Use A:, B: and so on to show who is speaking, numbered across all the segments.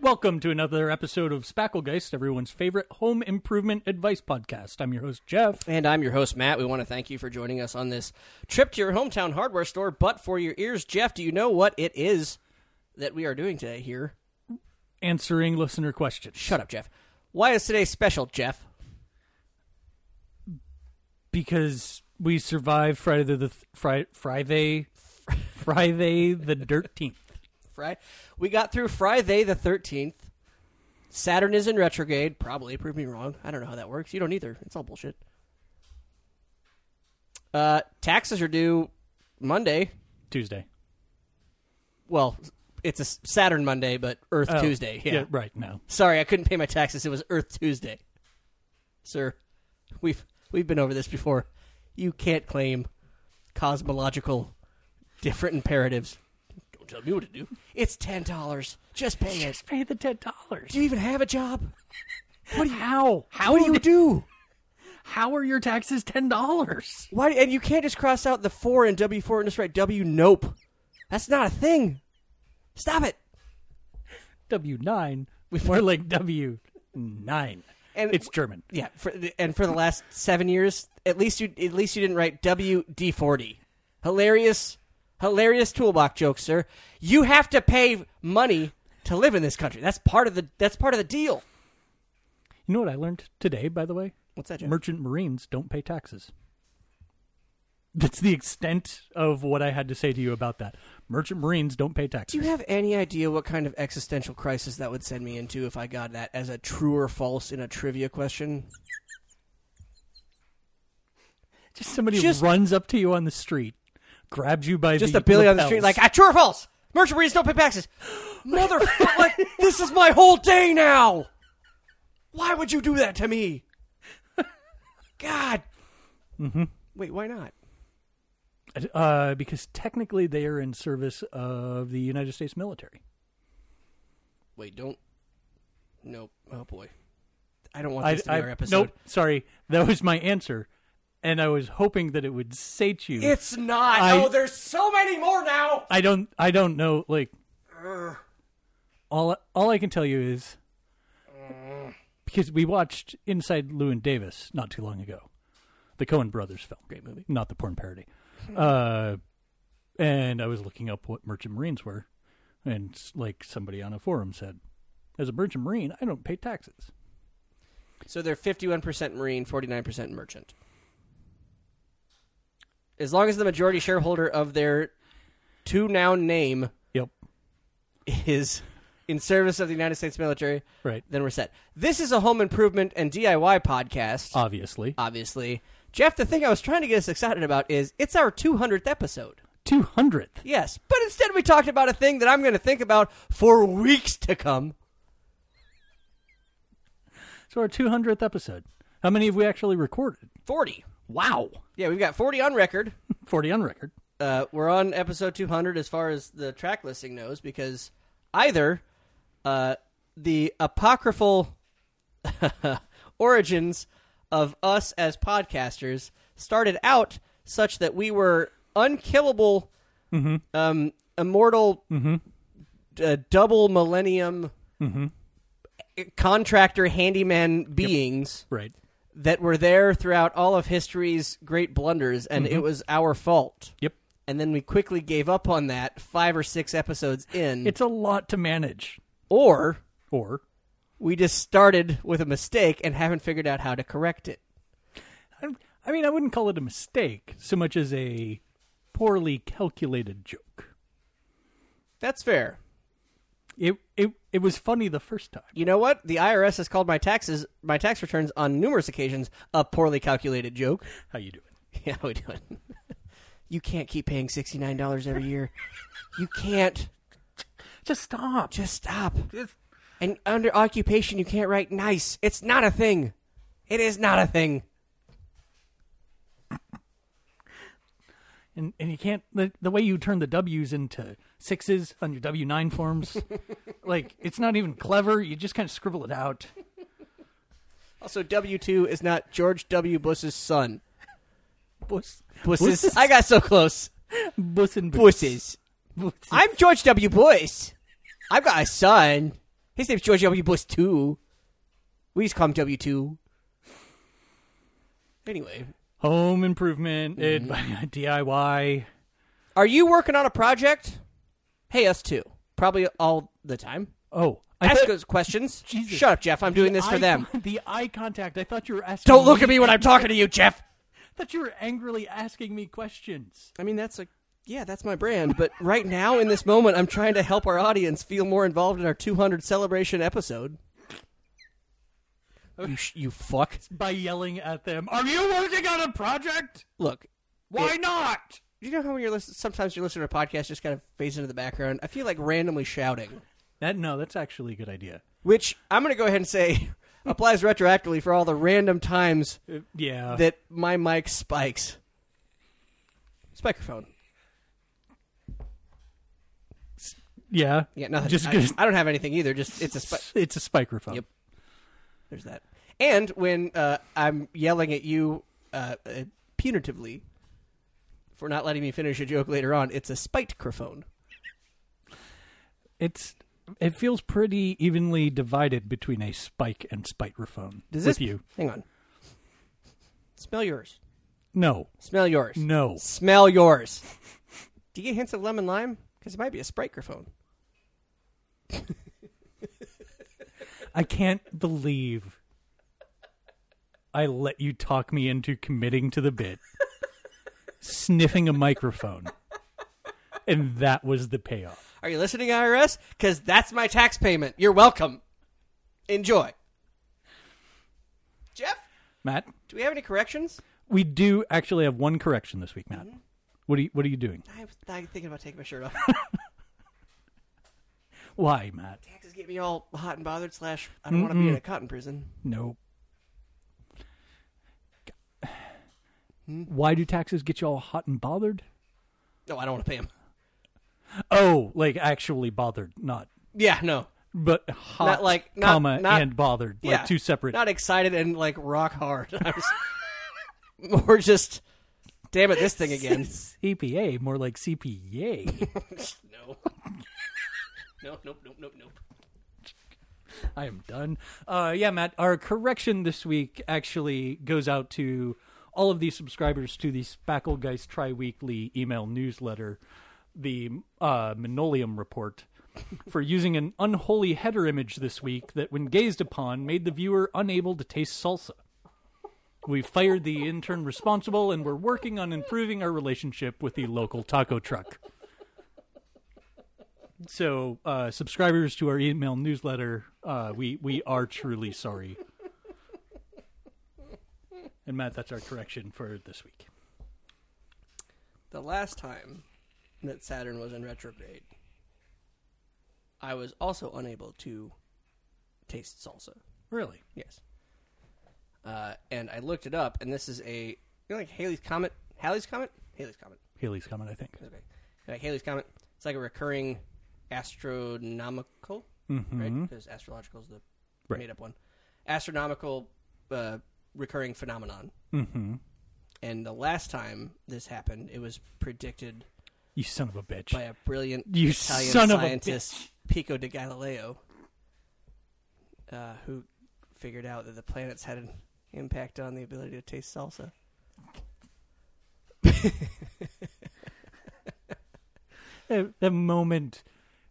A: Welcome to another episode of Spacklegeist, everyone's favorite home improvement advice podcast. I'm your host, Jeff.
B: And I'm your host, Matt. We want to thank you for joining us on this trip to your hometown hardware store. But for your ears, Jeff, do you know what it is that we are doing today here?
A: Answering listener questions.
B: Shut up, Jeff. Why is today special, Jeff?
A: Because we survived Friday the, the Friday, Friday, Friday the 13th.
B: Friday. We got through Friday the 13th. Saturn is in retrograde. Probably. Prove me wrong. I don't know how that works. You don't either. It's all bullshit. Uh, taxes are due Monday.
A: Tuesday.
B: Well, it's a Saturn Monday, but Earth Tuesday. Yeah.
A: right now.
B: Sorry, I couldn't pay my taxes. It was Earth Tuesday. Sir, we've we've been over this before. You can't claim cosmological different imperatives. Don't tell me what to do. It's ten dollars. Just pay it.
A: Pay the ten dollars.
B: Do you even have a job?
A: What do you, how? How
B: What do
A: are
B: you
A: they-
B: do?
A: How are your taxes ten dollars?
B: Why? And you can't just cross out the four and W four and just write W. Nope. That's not a thing. Stop it.
A: W nine. More like W nine.
B: And-
A: it's German.
B: Yeah, for, and for the last seven years, at least you at least you didn't write WD forty. Hilarious, hilarious toolbox joke, sir. You have to pay money to live in this country. That's part of the that's part of the deal.
A: You know what I learned today, by the way?
B: What's that, Jeff?
A: Merchant Marines don't pay taxes. That's the extent of what I had to say to you about that. Merchant Marines don't pay
B: Do
A: taxes.
B: you have any idea what kind of existential crisis that would send me into if I got that as a true or false in a trivia question?
A: just somebody
B: Just-
A: runs up to you on the street, grabs you by
B: Just
A: the
B: a Billy on the street,
A: lapels.
B: like, ah, true or false? Merchant Marines don't pay taxes. Motherfucker, like, this is my whole day now. Why would you do that to me? God. Mm-hmm. Wait, why not? "Ah!"
A: uh, because technically they are in service of the United States military.
B: Wait, don't. Nope. Oh, boy. I don't want
A: I,
B: this to be
A: I
B: our episode.
A: nope, sorry, that was my answer, and I was hoping that it would sate you.
B: It's not.
A: I-
B: oh, there's so many more now.
A: I don't I don't know like all all I can tell you is because we watched Inside Lewin Davis not too long ago. The Cohen brothers film.
B: Great movie.
A: Not the porn parody. Uh and I was looking up what merchant marines were and like somebody on a forum said as a merchant marine I don't pay taxes.
B: So they're 51% Marine, 49% merchant. As long as the majority shareholder of their two noun name
A: Yep.
B: is in service of the United States military,
A: Right.
B: then we're set. This is a home improvement and DIY podcast,
A: Obviously.
B: obviously. Jeff, the thing I was trying to get us excited about is it's our 200th episode.
A: 200th.
B: Yes, but instead we talked about a thing that I'm going to think about for weeks to come.
A: So our 200th episode. How many have we actually recorded?
B: 40.
A: Wow.
B: Yeah, we've got 40 on record.
A: 40 on record.
B: uh, we're on episode 200 as far as the track listing knows because either uh, the apocryphal origins of us as podcasters started out such that we were unkillable, um, immortal, uh, double millennium contractor handyman beings
A: Right.
B: that were there throughout all of history's great blunders, and it was our fault
A: Yep.
B: and then we quickly gave up on that five or six episodes in,
A: It's a lot to manage.
B: or
A: Or
B: we just started with a mistake and haven't figured out how to correct it.
A: I, I mean, I wouldn't call it a mistake so much as a poorly calculated joke.
B: That's fair.
A: It it it was funny the first time.
B: You know what? The IRS has called my taxes, my tax returns, on numerous occasions a poorly calculated joke.
A: How you doing?
B: Yeah, we do it. you can't keep paying sixty nine dollars every year. You can't.
A: Just stop.
B: Just stop. And under occupation, you can't write nice. It's not a thing. It is not a thing.
A: And and you can't the, the way you turn the W's into sixes on your W nine forms, like it's not even clever. You just kind of scribble it out.
B: Also, W two is not George W. Bush's son.
A: Buss,
B: Busses. I got so close.
A: buss and
B: Busses.
A: Buss.
B: I'm George W. Bush. I've got a son. His name's George W. Bush too. We just call him W two. Anyway,
A: Home improvement, eh,
B: Mm-hmm.
A: advi- DIY.
B: are you working on a project? Hey, us too. Probably all the time.
A: Oh, I
B: Ask
A: thought-
B: us questions.
A: Jesus.
B: Shut up, Jeff. I'm doing this for
A: eye
B: them.
A: con- the eye contact. I thought you were asking.
B: Don't look at me when I'm talking to you, Jeff.
A: I thought you were angrily asking me questions.
B: I mean, that's a yeah, that's my brand. But right now, in this moment, I'm trying to help our audience feel more involved in our 200 celebration episode. You, sh- you fuck.
A: By yelling at them, are you working on a project?
B: Look,
A: Why not?
B: you know how when you're listen- sometimes you're listening to a podcast, just kind of fades into the background. I feel like randomly shouting,
A: That no, that's actually a good idea.
B: which I'm going to go ahead and say applies retroactively for all the random times
A: Uh, yeah,
B: that my mic spikes. It's microphone.
A: yeah,
B: Yeah, nothing.
A: Just
B: I,
A: 'cause-
B: I don't have anything either. Just it's a spi-
A: it's a spikerphone.
B: Yep. There's that. And when uh, I'm yelling at you uh, uh, punitively for not letting me finish a joke later on, it's a spitecrophone.
A: It's it feels pretty evenly divided between a spike and spikerophone.
B: Does
A: with
B: this
A: you?
B: Hang on. Smell yours.
A: No,
B: Smell yours.
A: no.
B: Smell yours. Do you get hints of lemon lime? Because it might be a spitecrophone.
A: I can't believe I let you talk me into committing to the bit, sniffing a microphone, and that was the payoff.
B: Are you listening, IRS? Because that's my tax payment. You're welcome. Enjoy. Jeff,
A: Matt,
B: do we have any corrections?
A: we do actually have one correction this week,
B: Mm-hmm.
A: Matt. What are you, What are you doing?
B: I was I'm thinking about taking my shirt off.
A: Why, Matt?
B: Taxes get me all hot and bothered. Slash, I don't
A: Mm-hmm.
B: want to be in a cotton prison.
A: No. Why do taxes get you all hot and bothered?
B: No, I don't want to pay them.
A: Oh, like actually bothered, not
B: Yeah, no,
A: but hot,
B: Not like- not-
A: comma
B: not-
A: and bothered,
B: yeah,
A: like two separate.
B: Not excited and like rock hard. I was, or just, damn it, this thing again.
A: CPA, more like CPA.
B: no. No, nope, nope, nope, nope.
A: I am done. Uh, yeah, Matt, our correction this week actually goes out to all of these subscribers to the Spacklegeist Tri Weekly email newsletter, the uh, Minolium Report, for using an unholy header image this week that, when gazed upon, made the viewer unable to taste salsa. We fired the intern responsible and we're working on improving our relationship with the local taco truck. So, uh, subscribers to our email newsletter, uh, we we are truly sorry. And Matt, that's our correction for this week.
B: The last time that Saturn was in retrograde, I was also unable to taste salsa.
A: Really?
B: Yes. Uh, and I looked it up, and this is a you know like Haley's comet, Halley's comet, Haley's comet.
A: Haley's coming, I think.
B: Okay. Like Haley's Comet, it's like a recurring astronomical, right? Because astrological is the
A: Mm-hmm. Right.
B: made up one. Astronomical uh, recurring phenomenon.
A: Mm-hmm.
B: And the last time this happened, it was predicted
A: You son of a bitch.
B: by a brilliant
A: You
B: Italian
A: son of a
B: scientist, Pico de Galileo, uh, who figured out that the planets had an impact on the ability to taste salsa.
A: That, that moment,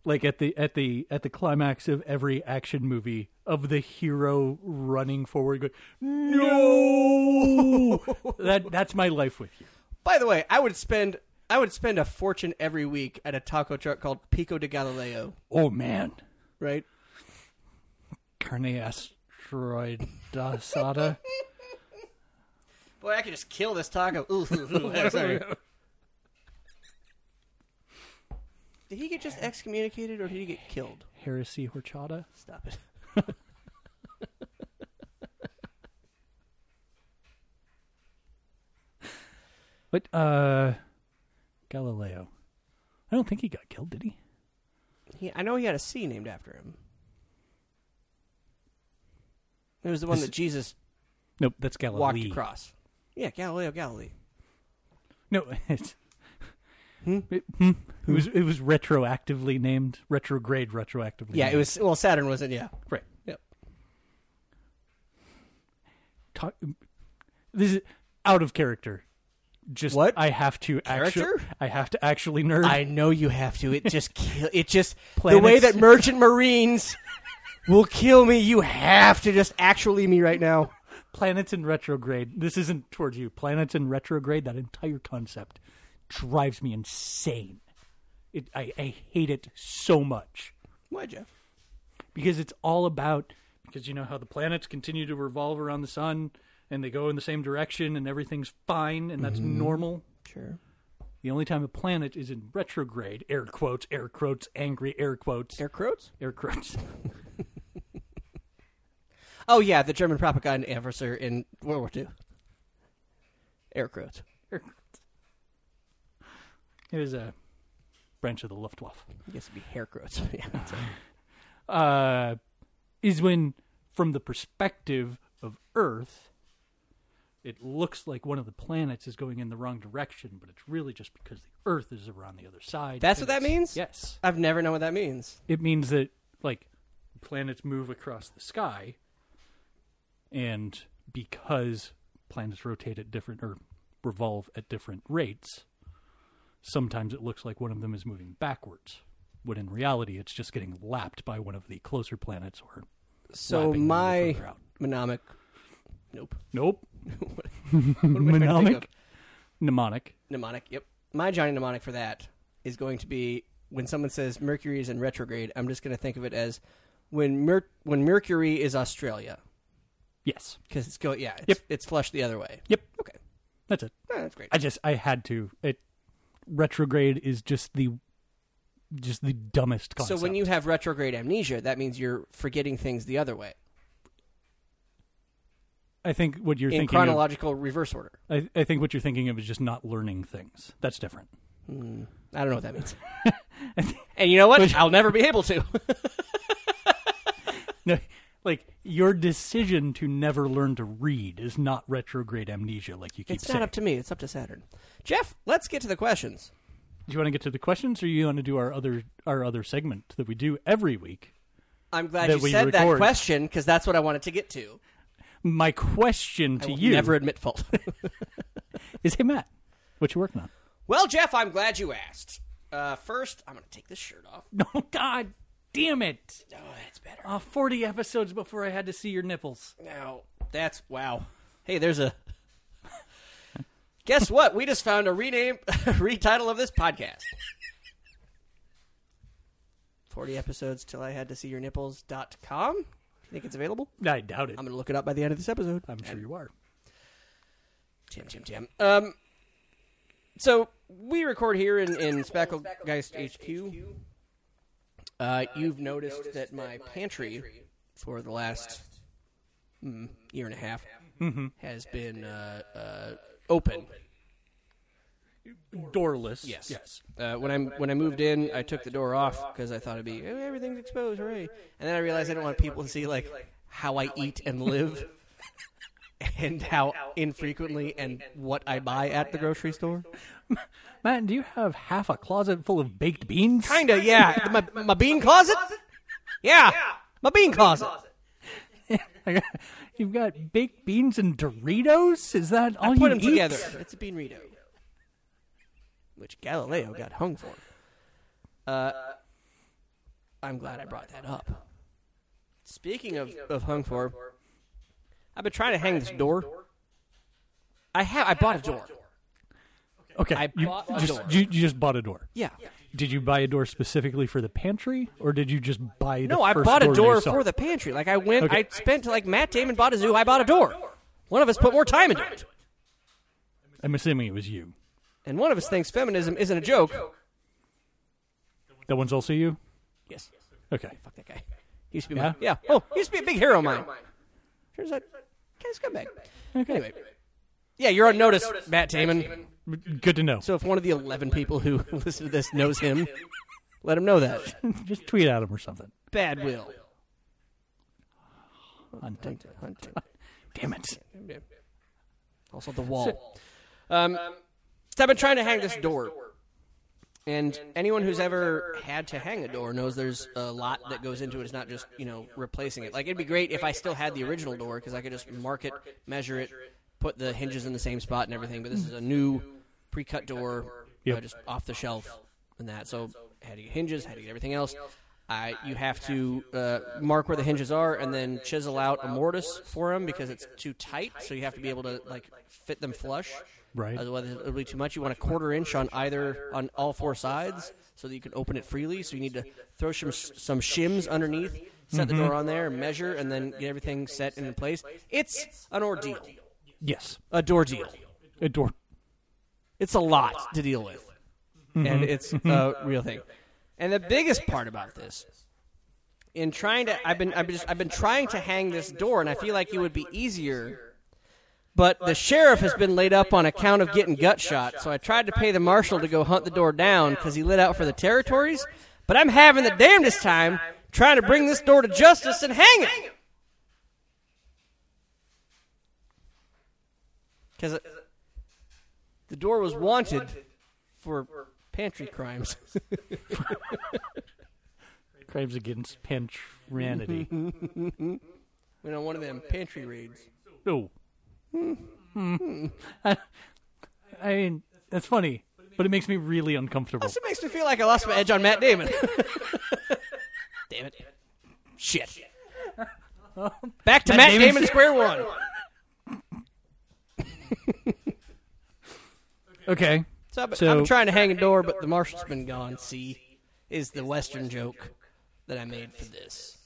A: like at the at the at the climax of every action movie, of the hero running forward, going, "No!" that that's my life with you.
B: By the way, I would spend I would spend a fortune every week at a taco truck called Pico de Galileo,
A: Oh man,
B: right?
A: carne asteroid asada.
B: Boy, I could just kill this taco. Ooh, ooh, ooh, sorry. Did he get just excommunicated or did he get killed?
A: Heresy horchata.
B: Stop it.
A: But uh Galileo. I don't think he got killed, did he?
B: He, I know he had a sea named after him. It was the one that Jesus
A: Nope, that's
B: walked
A: Galilee.
B: across. Yeah, Galileo Galilee.
A: No, it's It, hmm. It was it was retroactively named retrograde retroactively.
B: Yeah, it
A: named.
B: was. Well, Saturn wasn't. Yeah.
A: right.
B: Yep.
A: Ta- this is out of character. Just
B: What?
A: I have to actually
B: Character?
A: I have to actually nerd.
B: I know you have to. It just kill. It just the
A: Planets.
B: way that merchant marines will kill me. You have to just actually me right now.
A: planets in retrograde. This isn't towards you. Planets in retrograde. That entire concept drives me insane. It, I, I hate it so much
B: Why, Jeff?
A: because it's all about because you know how the planets continue to revolve around the sun and they go in the same direction and everything's fine and that's normal.
B: Sure.
A: The only time a planet is in retrograde, air quotes, air quotes, angry air quotes, air,
B: Air Croats?
A: quotes.
B: Oh yeah, the German propaganda officer in World War II. Air Croats.
A: It was a branch of the Luftwaffe.
B: I guess it'd be hair Croats. yeah. that's it.
A: uh, is when, from the perspective of Earth, it looks like one of the planets is going in the wrong direction, but it's really just because the Earth is around the other side.
B: That's what
A: and
B: that
A: it's-
B: means?
A: Yes.
B: I've never known what that means.
A: It means that, like, planets move across the sky, and because planets rotate at different or revolve at different rates, sometimes it looks like one of them is moving backwards. When in reality, it's just getting lapped by one of the closer planets or
B: So
A: Lapping a little
B: my
A: further out.
B: mnemonic. Nope.
A: Nope.
B: What am I trying to think
A: Mnemonic?
B: of?
A: Mnemonic.
B: Mnemonic. Yep. My Johnny mnemonic for that is going to be when someone says Mercury is in retrograde. I'm just going to think of it as when Mer- when Mercury is Australia
A: Yes.
B: because it's go yeah it's,
A: Yep.
B: it's flushed the other way.
A: Yep.
B: Okay,
A: That's it.
B: Oh, that's great.
A: I just I had to. It retrograde is just the just the dumbest
B: so
A: concept.
B: when you have retrograde amnesia, that means you're forgetting things the other way
A: I think what you're
B: in
A: thinking of,
B: chronological reverse order.
A: I, I think what you're thinking of is just not learning things. That's different.
B: I don't know what that means. and you know what? I'll never be able to.
A: No, like your decision to never learn to read is not retrograde amnesia like you keep
B: it's
A: saying.
B: not up to me. It's up to Saturn. Jeff, let's get to the questions.
A: do you want to get to the questions or you want to do our other our other segment that we do every week?
B: I'm glad
A: That
B: you
A: we
B: said that
A: record.
B: question because that's what I wanted to get to.
A: My question to
B: I will
A: you
B: never admit fault.
A: is hey Matt, what you working on?
B: well, Jeff, I'm glad you asked. Uh, first, I'm going to take this shirt off.
A: No, God damn it.
B: Oh, that's better.
A: Uh, 40 episodes before I had to see your nipples.
B: Now, that's wow. Hey, there's a. Guess what? We just found a rename, retitle of this podcast. Forty episodes till I had to see your nipples dot com. Do you think it's available?
A: I doubt it.
B: I'm
A: I'm,
B: going to look it up by the end of this episode.
A: sure you are.
B: Tim, Tim, Tim. Um, so we record here in, in Spacklegeist HQ. Uh, you've noticed, that my pantry, for the last mm, year and a half has been uh, uh, open.
A: Doorless.
B: Yes.
A: Yes.
B: Uh, when I when I moved in, I took the door off because I thought it'd be "Oh, everything's exposed, hooray! And then I realized I didn't want people to see like how I eat and live, and how infrequently and what I buy at the grocery store.
A: Matt, do you have half a closet full of baked beans?
B: Kinda, yeah. My, my, bean closet? Yeah. My bean closet.
A: You've got baked beans and Doritos? Is that all you
B: Put them
A: eat?
B: together. It's a bean Rito. Which Galileo got hung for. Uh, I'm glad I brought that up. Speaking of, of hung for, I've been trying to hang this door. I have. I bought a door.
A: Okay.
B: I
A: you,
B: bought a
A: just,
B: door.
A: You, you just bought a door.
B: Yeah.
A: Did you buy a door specifically for the pantry, or did you just buy the
B: No, I
A: first
B: bought a
A: door
B: door
A: they sold?
B: for the pantry. Like I went,
A: Okay.
B: I spent like Matt Damon bought a zoo. I bought a door. One of us put more time into it.
A: I'm assuming it was you.
B: And one of us thinks feminism isn't a joke.
A: That one's also you?
B: Yes.
A: Okay.
B: Fuck that guy. He used to be
A: Yeah?
B: my yeah. Oh, he used to be a big hero of mine. Turns out, kind of scumbag.
A: Okay.
B: Anyway, yeah, you're on notice, Matt Damon.
A: Good to know.
B: So if one of the eleven people who listen to this knows him, let him know that.
A: just tweet at him or something.
B: Bad will.
A: Hunt him.
B: Hunt, hunt him.
A: Damn it.
B: Also the wall. Um, so I've been trying to hang this door. And anyone who's ever had to hang a door knows there's a lot that goes into it. It's not just, you know, replacing it. Like, it'd be great if I still had the original door because I could just mark it, measure it, put the hinges in the same spot and everything. But this is a new pre cut door,
A: Yep.
B: uh, just off the shelf and that. So, how do you get hinges? How do you get everything else? I, you have to uh, mark where the hinges are and then chisel out a mortise for them because it's too tight. So, you have to be able to, like, fit them flush.
A: Right.
B: Otherwise, it'll be too much. You want a quarter inch on either on all four sides so that you can open it freely. So you need to throw some some shims underneath, set the door on there, measure, and then get everything set in place. It's an ordeal,
A: Yes,
B: a door deal.
A: a door.
B: It's a lot to deal with, and it's a real thing. And the biggest part about this, in trying to, I've been, I've been, just, I've been trying to hang this door, and I feel like it would be easier. But the sheriff has been laid up on account of getting gut shot, so I tried to pay the marshal to go hunt the door down because he lit out for the territories. But I'm having the damnedest time trying to bring this door to justice and hang it. Because the door was wanted for pantry crimes.
A: Crimes against pantranity.
B: You know, one of them pantry raids.
A: No. I Hmm. I mean, that's funny, but it makes me really uncomfortable.
B: It makes me feel like I lost my edge on Matt Damon. Damn it. Shit. Back to Matt,
A: Damon.
B: Damon, square one.
A: Okay.
B: So I've, been,
A: So-
B: I've been trying to hang a door, but the marshal's been gone. See, is the Western joke that I made for this.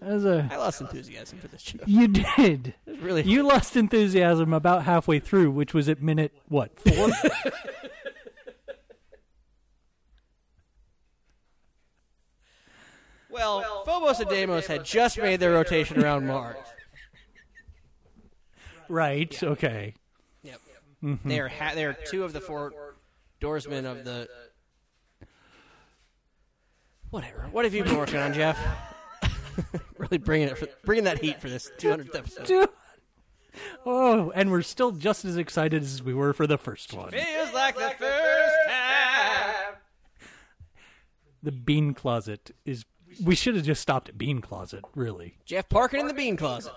A: As a
B: I lost enthusiasm for this show.
A: you did.
B: Really,
A: You lost enthusiasm about halfway through, which was at minute what four?
B: well, Phobos and Deimos had just made their rotation around Mars.
A: right. Okay.
B: Yep. They are ha- they are two of the four doorsmen of the. Whatever. What have you been working on, Jeff? really bringing it, for, bringing that heat for this 200th episode.
A: Dude. Oh, and we're still just as excited as we were for the first one.
B: Feels like the first time.
A: The bean closet is. We should have just stopped at bean closet, really.
B: Jeff Parkin in the bean closet.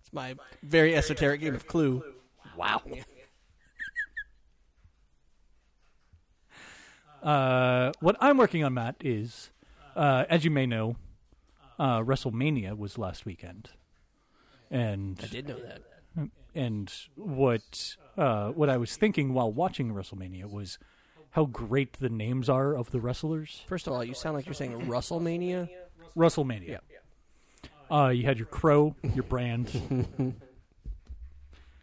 B: It's my very esoteric game of Clue.
A: Wow. uh, what I'm working on, Matt, is uh, as you may know, uh, WrestleMania was last weekend, and
B: Did know that.
A: and what uh, what I was thinking while watching WrestleMania was how great the names are of the wrestlers.
B: First of all, you sound like you're saying WrestleMania.
A: WrestleMania. Uh, you had your crow, your brand,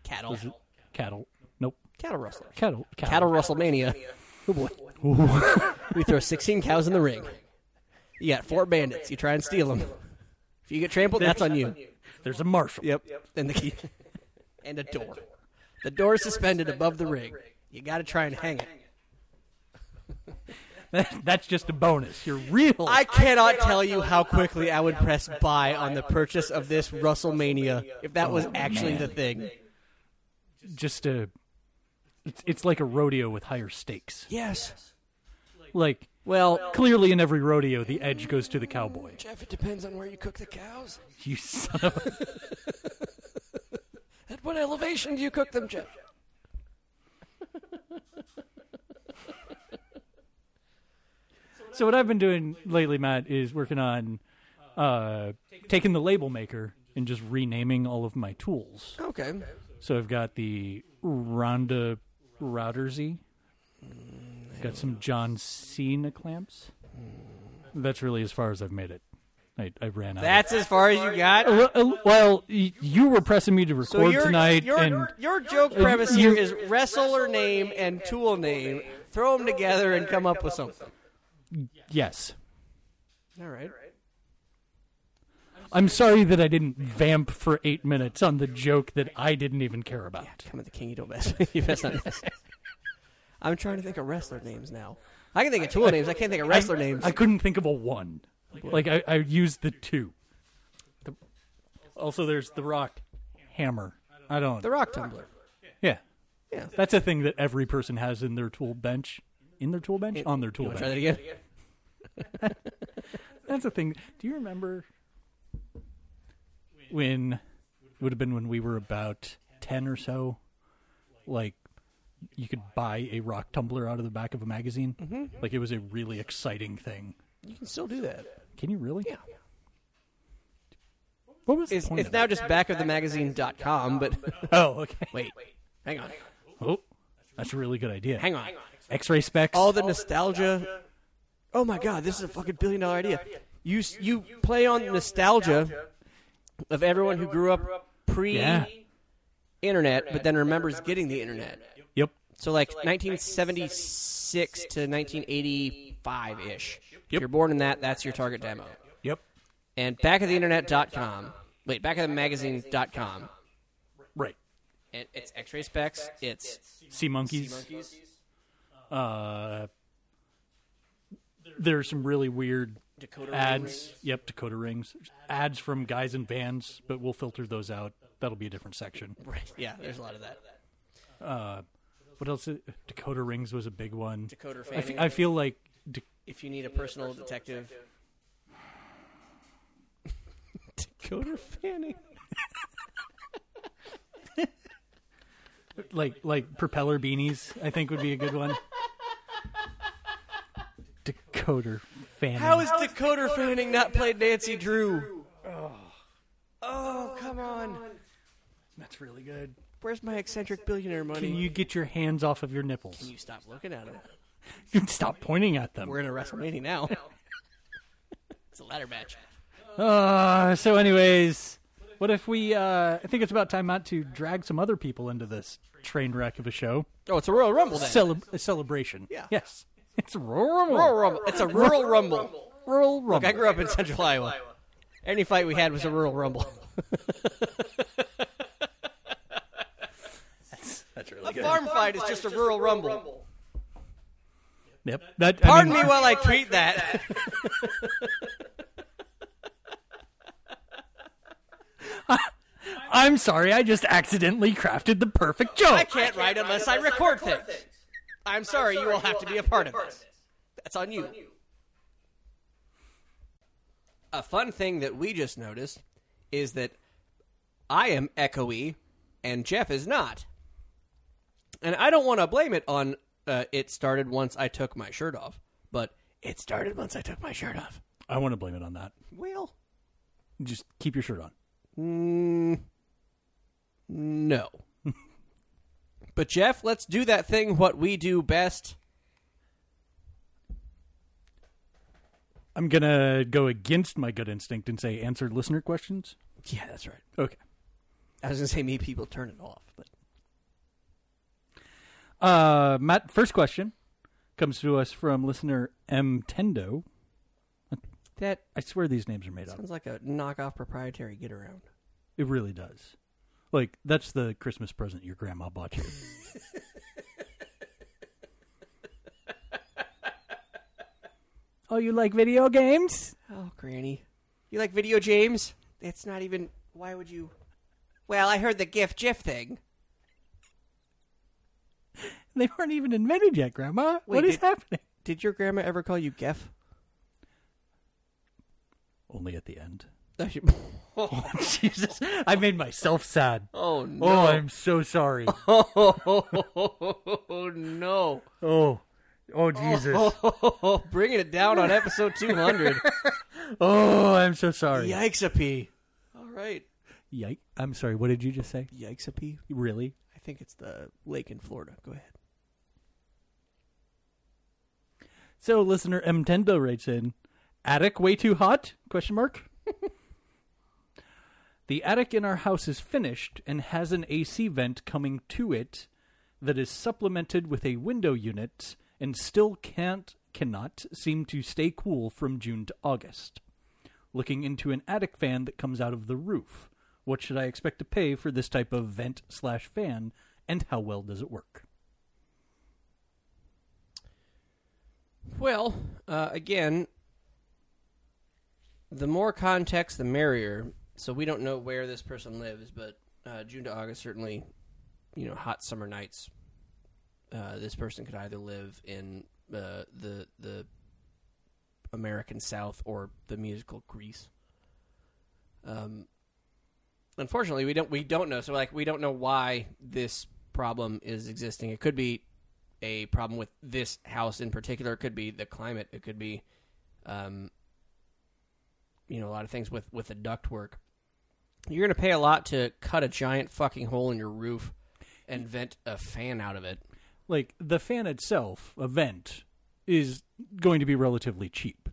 B: Cattle.
A: cattle. Nope,
B: Cattle rustler.
A: cattle. Cattle.
B: Cattle WrestleMania. Oh boy. we throw 16 cows in the ring. You got four bandits. You try and steal them. If you get trampled, that's on you.
A: There's a marshal.
B: Yep. And the key. And a door. The door is suspended above the ring. You got to try and hang it.
A: That's just a bonus. You're real.
B: I cannot tell you how quickly I would press buy on the purchase of this WrestleMania if that was actually the thing.
A: just a. It's, it's like a rodeo with higher stakes.
B: Yes.
A: Like
B: Well,
A: clearly in every rodeo, the edge goes to the cowboy.
B: Jeff, it depends on where you cook the cows.
A: You son of a.
B: At what elevation do you cook them, Jeff?
A: So what I've been doing lately, Matt, is working on uh, taking the label maker and just renaming all of my tools.
B: Okay.
A: So I've got the Ronda Routersy. Got some John Cena clamps. That's really as far as I've made it. I, I ran out.
B: That's as far as you got.
A: of- Well, uh, well, y- you were pressing me to record
B: So your,
A: tonight,
B: your,
A: and
B: your joke premise here is wrestler name and tool name. Throw them together and come up with something.
A: yes,
B: All right.
A: I'm sorry that I didn't vamp for eight minutes on the joke that I didn't even care about.
B: Come at the king, you don't mess. you mess not mess. I'm trying to think of wrestler names now. I can think of tool names. I can't think of wrestler names.
A: I couldn't think of a one. Like I, I used the two. The- also, there's the Rock Hammer. I don't.
B: The Rock Tumbler.
A: yeah,
B: Yeah.
A: That's a thing that every person has in their tool bench. In their tool bench?
B: It-
A: On their
B: You
A: tool
B: want to try that
A: bench.
B: again?
A: That's a thing. Do you remember when would have been when we were about 10 or so like you could buy a rock tumbler out of the back of a magazine?
B: Mm-hmm.
A: Like it was a really exciting thing.
B: You can still do that.
A: Can you really?
B: Yeah.
A: What was
B: It's,
A: the point
B: it's
A: of
B: now
A: it?
B: just back of the magazine.com, but
A: Oh, okay.
B: wait, hang on,
A: Oh, that's a really good idea.
B: hang on.
A: X-ray specs.
B: All the nostalgia. Oh my God, this is a fucking billion dollar idea. You s- you play on nostalgia of everyone who grew up pre
A: Yeah.
B: internet, but then remembers getting the internet.
A: Yep.
B: So like 1976 to 1985 ish. If
A: Yep.
B: you're born in that, that's your target demo.
A: Yep.
B: And back of the internet.com. Wait, back of the magazine.com.
A: Right.
B: And it's X-ray specs. It's
A: Sea monkeys. Uh, there's some really weird
B: Dakota
A: ads. Yep, Dakota rings. Ads from guys and bands, but we'll filter those out. That'll be a different section.
B: Right. Yeah, there's a lot of that.
A: What else? Dakota rings was a big one.
B: Dakota
A: I, f-
B: Fanning.
A: I feel like D-
B: if you need a personal detective. Dakota Fanning.
A: like like propeller beanies. I think would be a good one. Dakota Fanning.
B: How is Dakota Fanning not played Nancy Drew? Oh, come on.
A: That's really good.
B: Where's my eccentric billionaire money?
A: Can you get your hands off of your nipples?
B: You stop looking at him.
A: Stop pointing at them.
B: We're in a WrestleMania now. it's a ladder match.
A: Uh, so, anyways, what if we? Uh, I think it's about time not to drag some other people into this train wreck of a show.
B: Oh, it's a Royal Rumble then.
A: Celeb- a celebration.
B: Yeah.
A: Yes. It's rural
B: Royal
A: rumble.
B: Rumble. It's a Rural Rumble.
A: Rural rumble.
B: I grew up in Central Iowa. Any fight we had was a Rural Rumble.
A: That's really
B: A farm fight is just a Rural Rumble.
A: Yep. That,
B: Pardon
A: I
B: me
A: mean,
B: while I tweet that.
A: I'm sorry. I just accidentally crafted the perfect joke.
B: I can't write unless I record things. I'm sorry, you will have to be a part of this. That's on you. A fun thing that we just noticed is that I am echoey and Jeff is not. And I don't want to blame it on uh, it started once I took my shirt off, but it started once I took my shirt off.
A: I want to blame it on that.
B: Well,
A: Just keep your shirt on.
B: no. but Jeff, let's do that thing what we do best.
A: I'm gonna go against my gut instinct and say answer listener questions.
B: Yeah, that's right.
A: Okay.
B: I was going to say me people turn it off, but
A: Uh, Matt, first question comes to us from listener M Tendo.
B: that
A: I swear these names are made up.
B: Sounds like a knockoff proprietary get around.
A: It really does. Like that's the Christmas present your grandma bought you. oh, you like video games?
B: Oh, Granny. You like video games? It's not even. Why would you. Well, I heard the GIF GIF thing.
A: They weren't even invented yet, Grandma. what
B: Wait,
A: is
B: did-
A: happening?
B: Did your grandma ever call you GIF?
A: Only at the end.
B: oh,
A: Jesus, I made myself sad.
B: no.
A: Oh, I'm so sorry.
B: Oh, no.
A: Oh, oh Jesus.
B: Oh, bringing it down on episode 200.
A: Oh, I'm so sorry.
B: Yikes a pee. All right.
A: Yike. I'm sorry. What did you just say?
B: Yikes a pee.
A: Really?
B: I think it's the lake in Florida. Go ahead.
A: So listener M Tendo writes in, attic way too hot? Question mark. the attic in our house is finished and has an AC vent coming to it that is supplemented with a window unit and still can't cannot seem to stay cool from June to August. Looking into an attic fan that comes out of the roof. What should I expect to pay for this type of vent slash fan, and how well does it work?
B: Well, uh, again, the more context, the merrier. So we don't know where this person lives, but uh, June to August certainly, you know, hot summer nights uh, this person could either live in uh, the the American South or the musical Greece. Um, unfortunately, we don't we don't know. So like we don't know why this problem is existing. It could be a problem with this house in particular. It could be the climate. It could be, um, you know, a lot of things with with the ductwork. You're going to pay a lot to cut a giant fucking hole in your roof and vent a fan out of it.
A: Like the fan itself, a vent, is going to be relatively cheap.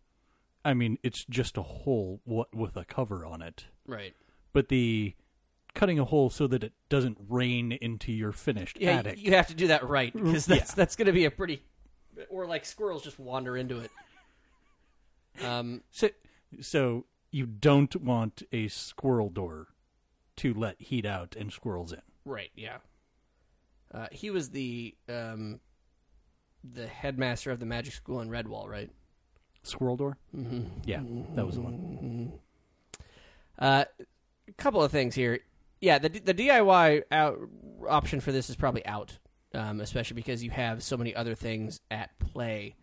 A: I mean, it's just a hole what with a cover on it.
B: Right.
A: But the cutting a hole so that it doesn't rain into your finished
B: Yeah,
A: attic.
B: you have to do that right because
A: Yeah.
B: that's that's going to be a pretty, or like squirrels just wander into it. Um,
A: So, so you don't want a squirrel door to let heat out and squirrels in.
B: right, yeah. Uh, he was the um, the headmaster of the magic school in Redwall, right?
A: Squirrel door?
B: Mm-hmm.
A: Yeah, that was the one.
B: Uh, a couple of things here. Yeah, the the DIY out, option for this is probably out, um, especially because you have so many other things at play,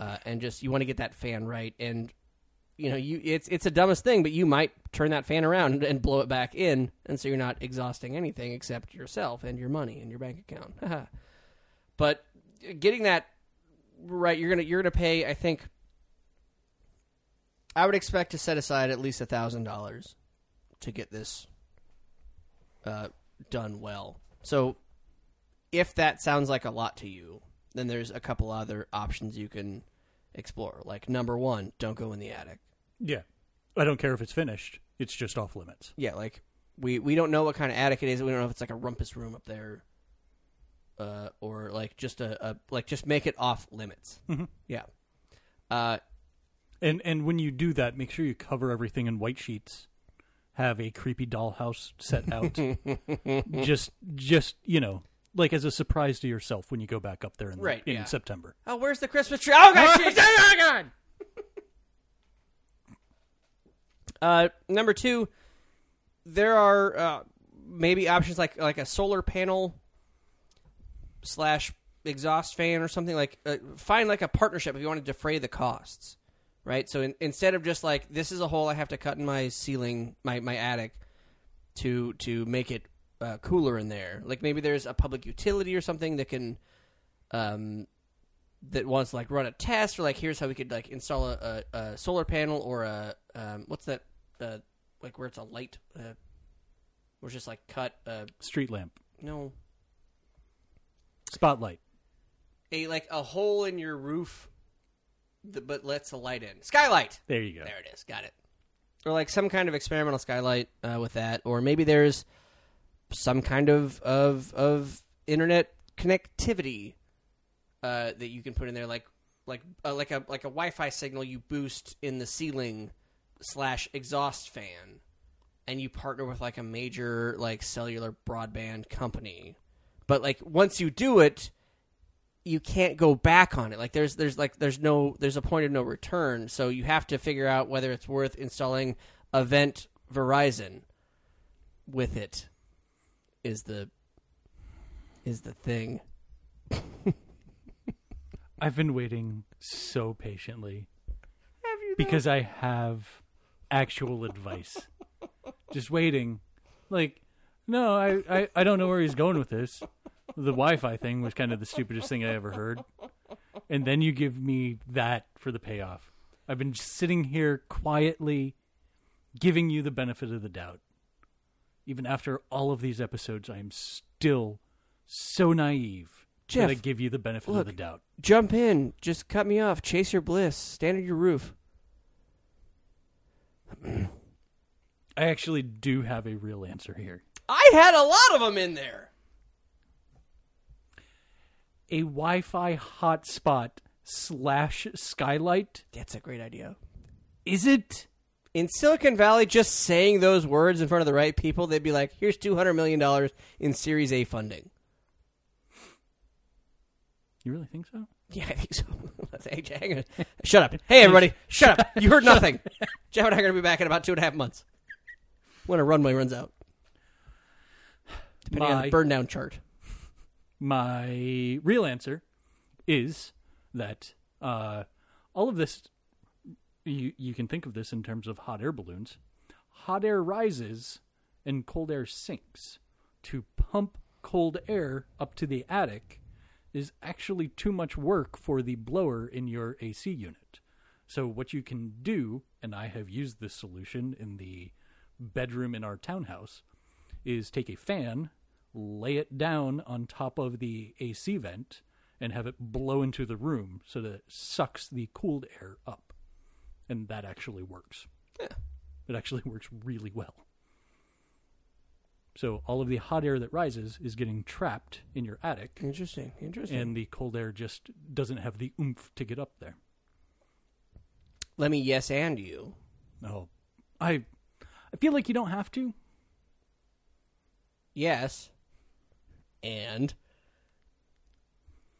B: uh, and just you want to get that fan right. And you know, you it's it's the dumbest thing, but you might turn that fan around and blow it back in, and so you're not exhausting anything except yourself and your money and your bank account. but getting that right, you're gonna you're gonna pay. I think I would expect to set aside at least a thousand dollars to get this uh, done well. So, if that sounds like a lot to you, then there's a couple other options you can explore. Like number one, don't go in the attic.
A: Yeah. I don't care if it's finished. It's just off limits.
B: Yeah, like we we don't know what kind of attic it is. We don't know if it's like a rumpus room up there, uh, or like just a, a like just make it off limits. Yeah. Uh,
A: And and when you do that, make sure you cover everything in white sheets. Have a creepy dollhouse set out. just just, you know, like as a surprise to yourself when you go back up there in, the-
B: Right,
A: in
B: yeah.
A: September.
B: oh, where's the Christmas tree? Oh God! Jesus! Oh, God! Uh, number two, there are uh, maybe options like like a solar panel slash exhaust fan or something like. Uh, find like a partnership if you want to defray the costs, right? So in, instead of just like this is a hole I have to cut in my ceiling, my my attic, to to make it uh, cooler in there. Like maybe there's a public utility or something that can. Um, that wants to like run a test or like here's how we could like install a, a, a solar panel or a um, what's that uh, like where it's a light uh, or just like cut uh,
A: Street lamp.
B: no
A: Spotlight.
B: a like a hole in your roof that, but lets the light in skylight
A: There you go.
B: There it is. Got it. Or like some kind of experimental skylight uh, with that, or maybe there's some kind of of of internet connectivity uh, that you can put in there, like like uh, like a like a Wi-Fi signal you boost in the ceiling slash exhaust fan, and you partner with like a major like cellular broadband company. But like once you do it, you can't go back on it. Like there's there's like there's no there's a point of no return. So you have to figure out whether it's worth installing Event Verizon with it. Is the is the thing?
A: I've been waiting so patiently
B: Have you?
A: because I have actual advice. Just waiting. Like, no, I, I, I don't know where he's going with this. The Wi Fi thing was kind of the stupidest thing I ever heard. And then you give me that for the payoff. I've been just sitting here quietly giving you the benefit of the doubt. Even after all of these episodes, I am still so naive
B: Jeff,
A: that I give you the benefit
B: look.
A: of the doubt.
B: Jump in. Just cut me off. Chase your bliss. Stand on your roof.
A: I actually do have a real answer here.
B: I had a lot of them in there.
A: a Wi-Fi hotspot slash skylight.
B: That's a great idea.
A: Is it?
B: In Silicon Valley, just saying those words in front of the right people, they'd be like, "Here's two hundred million dollars in Series A funding."
A: You really think so?
B: Yeah, I think so. Let's- hey, Jack, hang on. Shut up. Hey, everybody. Shut up. You heard nothing. Jeff and I are going to be back in about two and a half months when a runway runs out. Depending on
A: My-
B: the burn down chart.
A: my real answer is that uh, all of this you you can think of this in terms of hot air balloons. Hot air rises and cold air sinks. To pump cold air up to the attic is actually too much work for the blower in your AC unit. So what you can do, and I have used this solution in the bedroom in our townhouse, is take a fan, lay it down on top of the AC vent, and have it blow into the room so that it sucks the cooled air up. And that actually works.
B: Yeah.
A: It actually works really well. So all of the hot air that rises is getting trapped in your attic,
B: Interesting. Interesting.
A: and the cold air just doesn't have the oomph to get up there.
B: Let me yes and you.
A: Oh, I, I feel like you don't have to.
B: Yes. And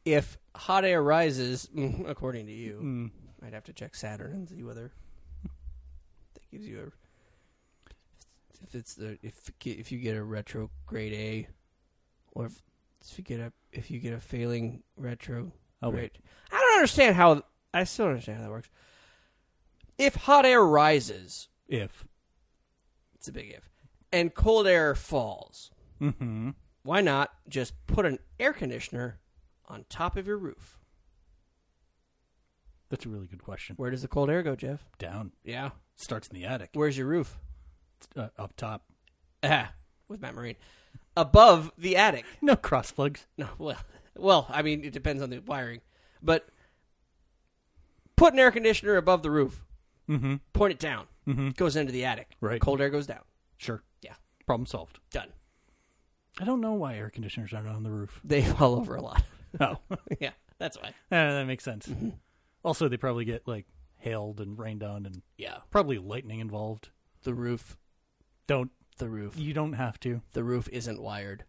B: if hot air rises, mm, according to you, I'd have to check Saturn and see whether that gives you a if it's the if if you get a retro grade A, or if, if you get a if you get a failing retro.
A: Oh,
B: grade.
A: wait.
B: I don't understand how I still don't understand how that works. If hot air rises,
A: If.
B: it's a big if, and cold air falls.
A: Mm-hmm.
B: why not just put an air conditioner on top of your roof?
A: That's a really good question.
B: Where does the cold air go, Jeff?
A: Down
B: Yeah.
A: starts in the attic,
B: Where's your roof?
A: uh, up top.
B: Ah, with Matt Marine. Above the attic.
A: No cross plugs.
B: No, well, well, I mean, it depends on the wiring, but put an air conditioner above the roof.
A: Mm-hmm.
B: Point it down. It goes into the attic.
A: Right.
B: Cold air goes down.
A: Sure.
B: Yeah.
A: Problem solved.
B: Done.
A: I don't know why air conditioners aren't on the roof.
B: They fall over a lot.
A: Oh, Eh,
B: yeah, that's why.
A: that makes sense. Also, they probably get like hailed and rained on, and
B: Yeah.
A: probably lightning involved.
B: The roof.
A: Don't
B: The roof.
A: you don't have to.
B: The roof isn't wired.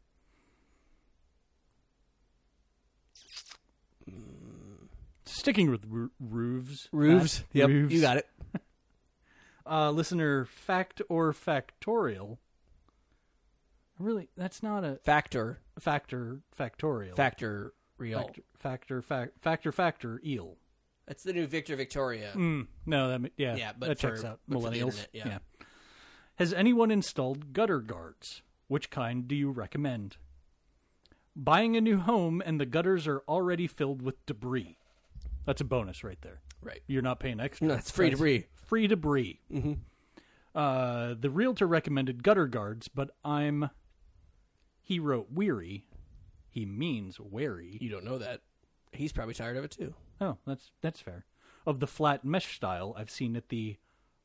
A: Sticking with roo- roofs.
B: Roofs.
A: Matt,
B: Yep.
A: Roofs.
B: You got it.
A: uh, listener fact or factorial. Really, that's not a
B: Factor.
A: factor factorial.
B: Factor. Real.
A: factor factor fac, factor factor eel.
B: That's the new Victor Victoria.
A: Mm, no, that ma- yeah,
B: Yeah, but
A: that
B: for-
A: checks out.
B: but for the
A: Millennials,
B: internet, yeah.
A: Has anyone installed gutter guards? Which kind do you recommend? Buying a new home and the gutters are already filled with debris. That's a bonus right there.
B: Right.
A: You're not paying extra.
B: No, it's free
A: That's
B: debris. Mm-hmm.
A: Free debris. Uh, the realtor recommended gutter guards, but I'm. He wrote weary. He means wary.
B: You don't know that. He's probably tired of it too.
A: Oh, that's that's fair. Of the flat mesh style I've seen at the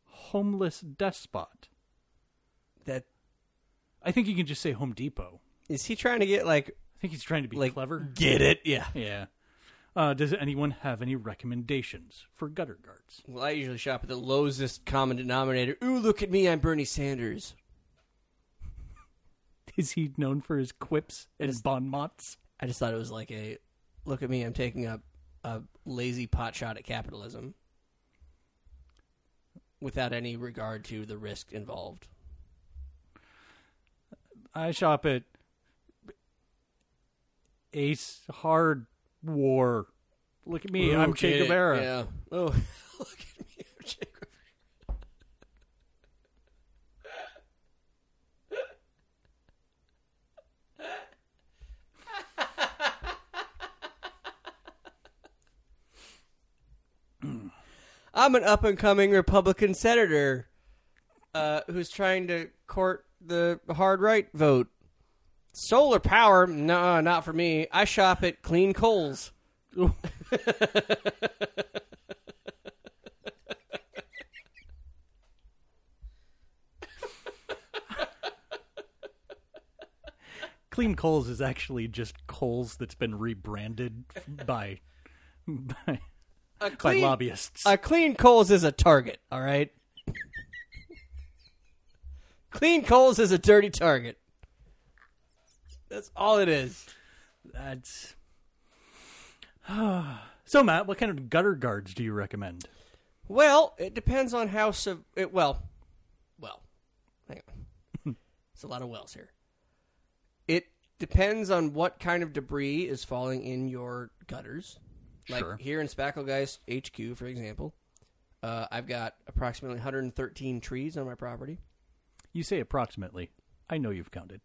A: homeless despot.
B: That
A: I think you can just say Home Depot.
B: is he trying to get like
A: I think he's trying to be
B: like
A: clever.
B: Get it? Yeah.
A: Yeah. Uh, does anyone have any recommendations for gutter guards?
B: Well, I usually shop at the lowest common denominator. Ooh, look at me! I'm Bernie Sanders.
A: Is he known for his quips and bon mots?
B: I just thought it was like a look at me. I'm taking a a lazy pot shot at capitalism without any regard to the risk involved.
A: I shop at Ace Hard War. Look at me,
B: Ooh,
A: I'm
B: get
A: Che
B: it.
A: Guevara.
B: Yeah. Oh, look at me! I'm Che Guevara. I'm an up and coming Republican senator uh, who's trying to court the hard right vote. Solar power? No, not for me. I shop at Clean Coals.
A: Clean Coals is actually just Coals that's been rebranded by by, by
B: A clean,
A: lobbyists.
B: a clean Coles is a target, all right? clean Coles is a dirty target. That's all it is.
A: That's so Matt. What kind of gutter guards do you recommend?
B: Well, it depends on how. Sub- it, well, well, hang on. It's a lot of wells here. It depends on what kind of debris is falling in your gutters. Like
C: Sure.
B: here in Spacklegeist HQ, for example, uh, I've got approximately 113 trees on my property.
A: You say approximately. I know you've counted.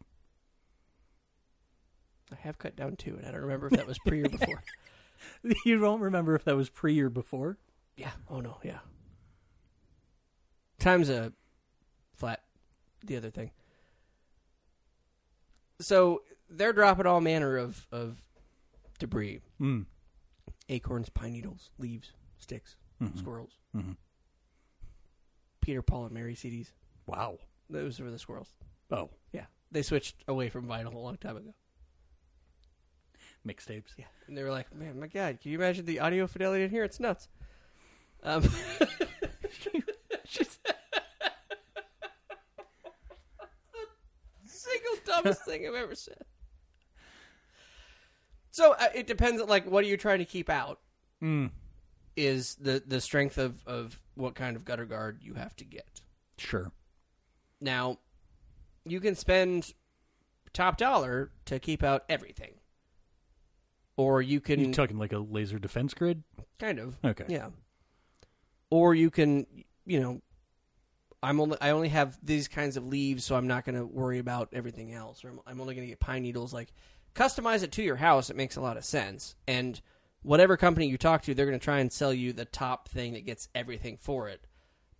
B: I have cut down two, and I don't remember if that was pre or before.
A: You don't remember if that was pre or before?
B: Yeah. Oh no. Yeah. Times a flat. The other thing. So they're dropping all manner of of debris:
A: Mm.
B: acorns, pine needles, leaves, sticks, squirrels,
A: Mhm.
B: Peter Paul and Mary CDs.
A: Wow.
B: Those were the squirrels.
A: Oh,
B: Yeah, they switched away from vinyl a long time ago.
A: mixtapes.
B: Yeah, and they were like, "Man, my God, can you imagine the audio fidelity in here? It's nuts." Um,
A: Just-
B: single dumbest thing I've ever said. So uh, it depends. on, Like, what are you trying to keep out?
A: Mm.
B: Is the the strength of of what kind of gutter guard you have to get?
A: Sure.
B: Now, you can spend top dollar to keep out everything, or you can
A: You talking like a laser defense grid?
B: kind of
A: Okay.
B: yeah. Or you can, you know, I'm only I only have these kinds of leaves, so I'm not going to worry about everything else. Or I'm, I'm only going to get pine needles. Like, customize it to your house. It makes a lot of sense. And whatever company you talk to, they're going to try and sell you the top thing that gets everything for it.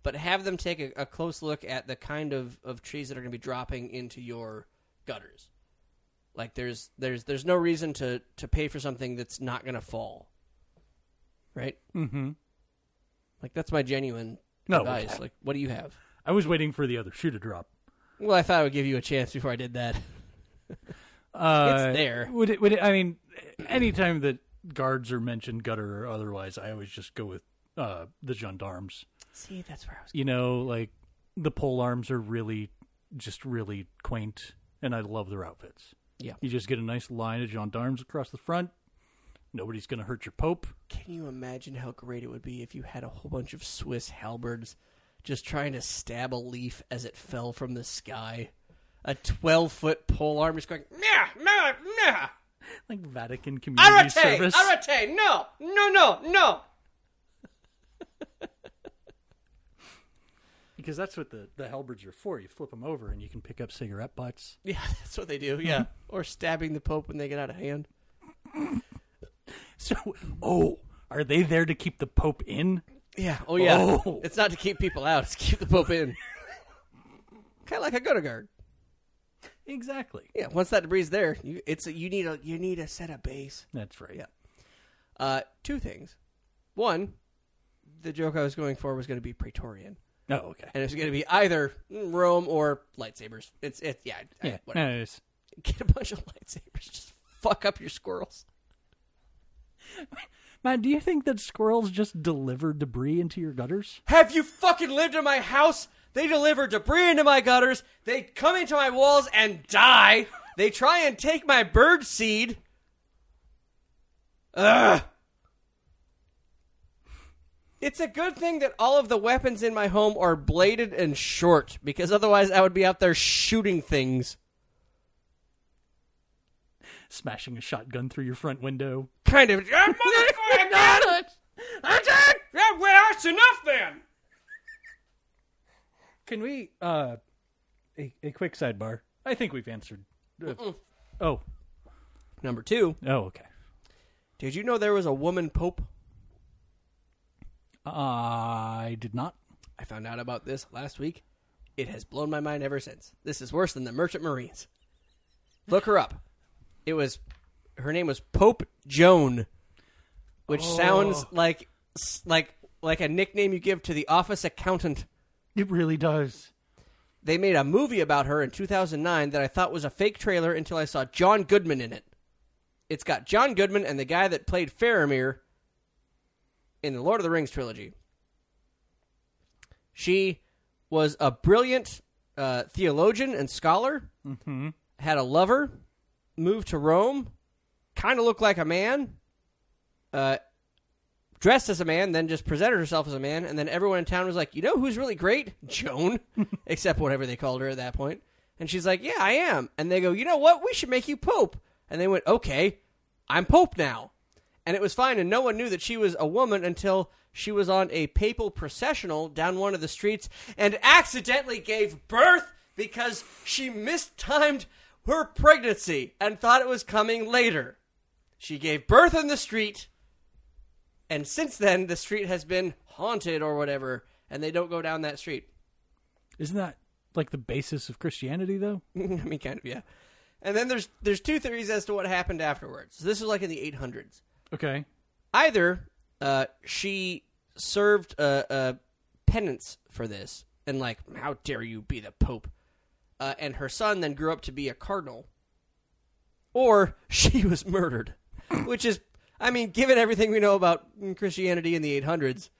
B: But have them take a, a close look at the kind of, of trees that are going to be dropping into your gutters. Like there's there's there's no reason to to pay for something that's not going to fall, right?
A: Mm-hmm.
B: Like that's my genuine
A: No.
B: advice. Like, what do you have?
A: I was waiting for the other shoe to drop.
B: Well, I thought I would give you a chance before I did that.
A: Uh,
B: there.
A: Would it, would it, I mean, anytime that guards are mentioned, gutter or otherwise, I always just go with uh, the gendarmes.
B: See, that's where I was.
A: You know, like the pole arms are really, just really quaint, and I love their outfits.
B: Yeah.
A: You just get a nice line of gendarmes across the front. Nobody's going to hurt your pope.
B: Can you imagine how great it would be if you had a whole bunch of Swiss halberds just trying to stab a leaf as it fell from the sky? A twelve foot pole arm just going meh meh meh.
A: Like Vatican community
B: Arate
A: service.
B: arate no no no no.
A: Because that's what the, the halberds are for. You flip them over and you can pick up cigarette butts.
B: Yeah, that's what they do. Yeah,
A: Mm-hmm.
B: or stabbing the pope when they get out of hand.
A: So, oh, are they there to keep the pope in?
B: Yeah. Oh yeah.
A: Oh.
B: It's not to keep people out. It's to keep the Pope in. kind of like a gutter guard.
A: Exactly.
B: Yeah. Once that debris is there, you, it's a, you need a you need a set of base.
A: That's right.
B: Yeah. Uh, two things. One, the joke I was going for was going to be Praetorian,
A: Oh, okay.
B: and it's going to be either mm, Rome or lightsabers. It's it. Yeah. I-
A: Yeah.
B: whatever.
A: no, it's-
B: Get a bunch of lightsabers. Just fuck up your squirrels.
A: Matt, do you think that squirrels just deliver debris into your gutters?
B: Have you fucking lived in my house? They deliver debris into my gutters. They come into my walls and die. They try and take my bird seed. Ugh. It's a good thing that all of the weapons in my home are bladed and short, because otherwise I would be out there shooting things.
A: Smashing a shotgun through your front window.
B: Kind of. Ah, motherfucker, God! Attack! Yeah, well, that's enough then.
A: Can we, uh, a, a quick sidebar? I think we've answered. uh, oh,
B: Number two.
A: oh, okay.
B: Did you know there was a woman pope?
A: I did not.
B: I found out about this last week. It has blown my mind ever since. This is worse than the Merchant Marines. Look her up. It was her name was Pope Joan, which sounds like like like a nickname you give to the office accountant.
A: It really does.
B: They made a movie about her in 2009 that I thought was a fake trailer until I saw John Goodman in it. It's got John Goodman and the guy that played Faramir in the Lord of the Rings trilogy. She was a brilliant uh, theologian and scholar,
A: Mm-hmm.
B: had a lover, moved to Rome, kind of looked like a man, uh, dressed as a man, then just presented herself as a man, and then everyone in town was like, "You know who's really great? Joan," except whatever they called her at that point. And she's like, Yeah, I am. And they go, You know what? We should make you Pope. And they went, Okay, I'm Pope now. And it was fine. And no one knew that she was a woman until she was on a papal processional down one of the streets and accidentally gave birth because she mistimed her pregnancy and thought it was coming later. She gave birth in the street. And since then, the street has been haunted or whatever. And they don't go down that street.
A: Isn't that like the basis of Christianity, though?
B: I mean, kind of, yeah. And then there's there's two theories as to what happened afterwards. So this was like in the 800s.
A: Okay.
B: Either uh, she served a, a penance for this, and like, how dare you be the pope? Uh, and her son then grew up to be a cardinal, or she was murdered, which is, I mean, given everything we know about Christianity in the 800s,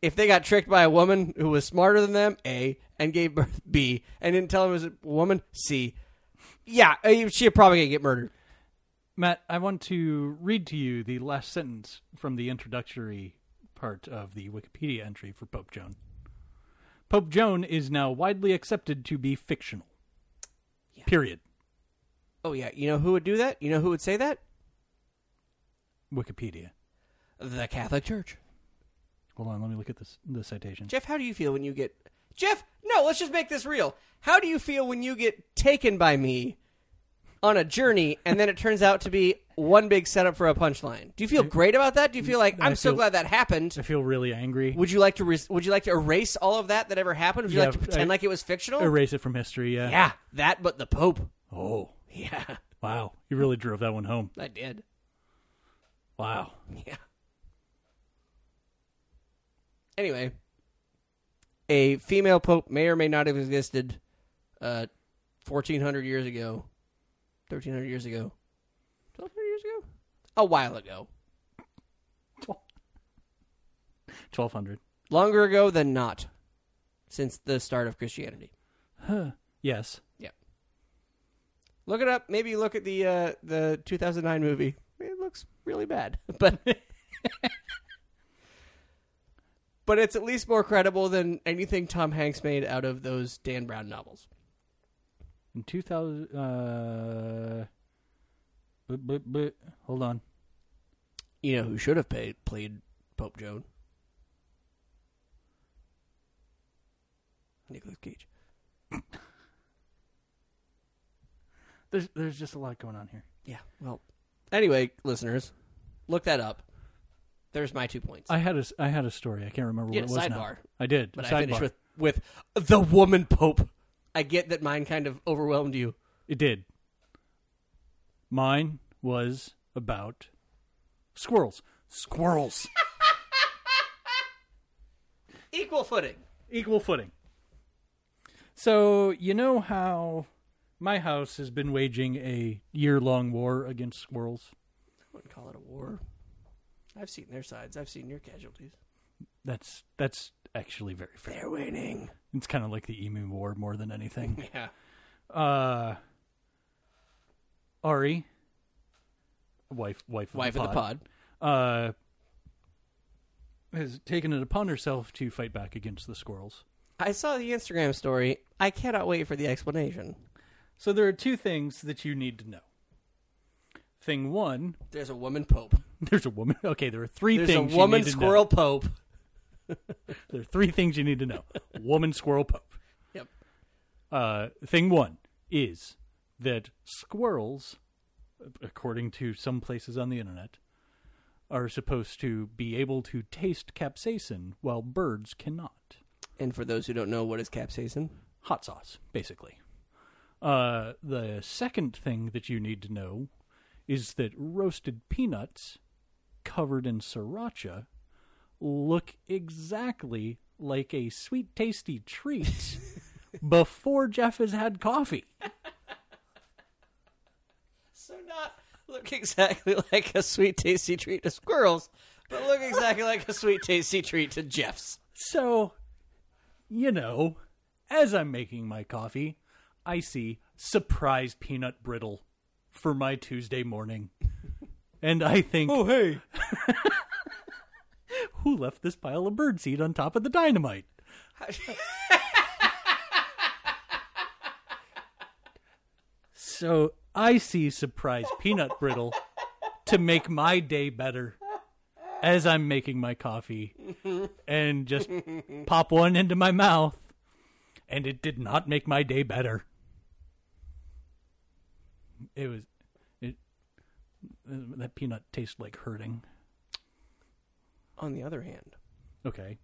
B: if they got tricked by a woman who was smarter than them, A, and gave birth, B, and didn't tell them it was a woman, C, yeah, uh, she'd probably gonna get murdered.
A: Matt, I want to read to you the last sentence from the introductory part of the Wikipedia entry for Pope Joan. Pope Joan is now widely accepted to be fictional. Period.
B: Oh, yeah, you know who would do that? You know who would say that?
A: Wikipedia.
B: The Catholic Church.
A: Hold on, let me look at this the citation.
B: Jeff, how do you feel when you get. Jeff, no, let's just make this real. How do you feel when you get taken by me on a journey and then it turns out to be one big setup for a punchline? Do you feel great about that? Do you feel like, I'm so
A: feel-
B: glad that happened?
A: I feel really angry.
B: Would you like to res- would you like to erase all of that that ever happened? Would you
A: Yeah,
B: like to pretend
A: I-
B: like it was fictional?
A: Erase it from history, Oh. yeah.
B: yeah, that but the Pope.
A: Oh.
B: Yeah,
A: Wow. You really drove that one home.
B: I did.
A: Wow.
B: Yeah. Anyway, a female pope may or may not have existed uh 1400 years ago. 1300 years ago. 1200 years ago? A while ago.
A: Twelve hundred.
B: Longer ago than not since the start of Christianity.
A: Yes.
B: Yep. Look it up. Maybe look at the uh, the 2009 movie. It looks really bad, but but it's at least more credible than anything Tom Hanks made out of those Dan Brown novels.
A: In two thousand uh but, but, but, hold on.
B: You know who should have paid, played Pope Joan? Nicholas Cage.
A: There's there's just a lot going on here.
B: Yeah. Well, anyway, listeners, look that up. There's my two points.
A: I had a s- I had a story. I can't remember
B: You
A: what it
B: had
A: was
B: a
A: now.
B: sidebar.
A: I did.
B: But
A: sidebar.
B: I finished with with the woman pope. I get that mine kind of overwhelmed you.
A: It did. Mine was about squirrels. Squirrels.
B: Equal footing.
A: Equal footing. So, you know how my house has been waging a year long war against squirrels?
B: I wouldn't call it a war. I've seen their sides. I've seen your casualties.
A: That's that's actually very fair.
B: They're winning.
A: It's kind of like the emu war more than anything.
B: Yeah.
A: Uh Ari wife wife of
B: Wife
A: the
B: of
A: pod,
B: the
A: uh,
B: pod.
A: has taken it upon herself to fight back against the squirrels.
B: I saw the Instagram story. I cannot wait for the explanation.
A: So there are two things that you need to know. Thing one,
B: There's a woman pope.
A: there's a woman. Okay, there are three
B: There's a
A: things. you
B: woman
A: need to
B: squirrel
A: Know.
B: pope.
A: There are three things you need to know. woman squirrel pope.
B: Yep.
A: Uh, thing one is that squirrels, according to some places on the internet, are supposed to be able to taste capsaicin while birds cannot.
B: And for those who don't know, what is capsaicin?
A: hot sauce, basically. Uh, the second thing that you need to know is that roasted peanuts covered in sriracha look exactly like a sweet, tasty treat before Jeff has had coffee.
B: So not look exactly like a sweet tasty treat to squirrels, but look exactly like a sweet tasty treat to Jeff's.
A: So, you know, as I'm making my coffee, I see surprise peanut brittle for my Tuesday morning. And I think,
B: Oh hey.
A: who left this pile of birdseed on top of the dynamite? So I see surprise peanut brittle to make my day better as I'm making my coffee and just pop one into my mouth. And it did not make my day better. It was, it, that peanut tastes like hurting.
B: On the other hand,
A: Okay.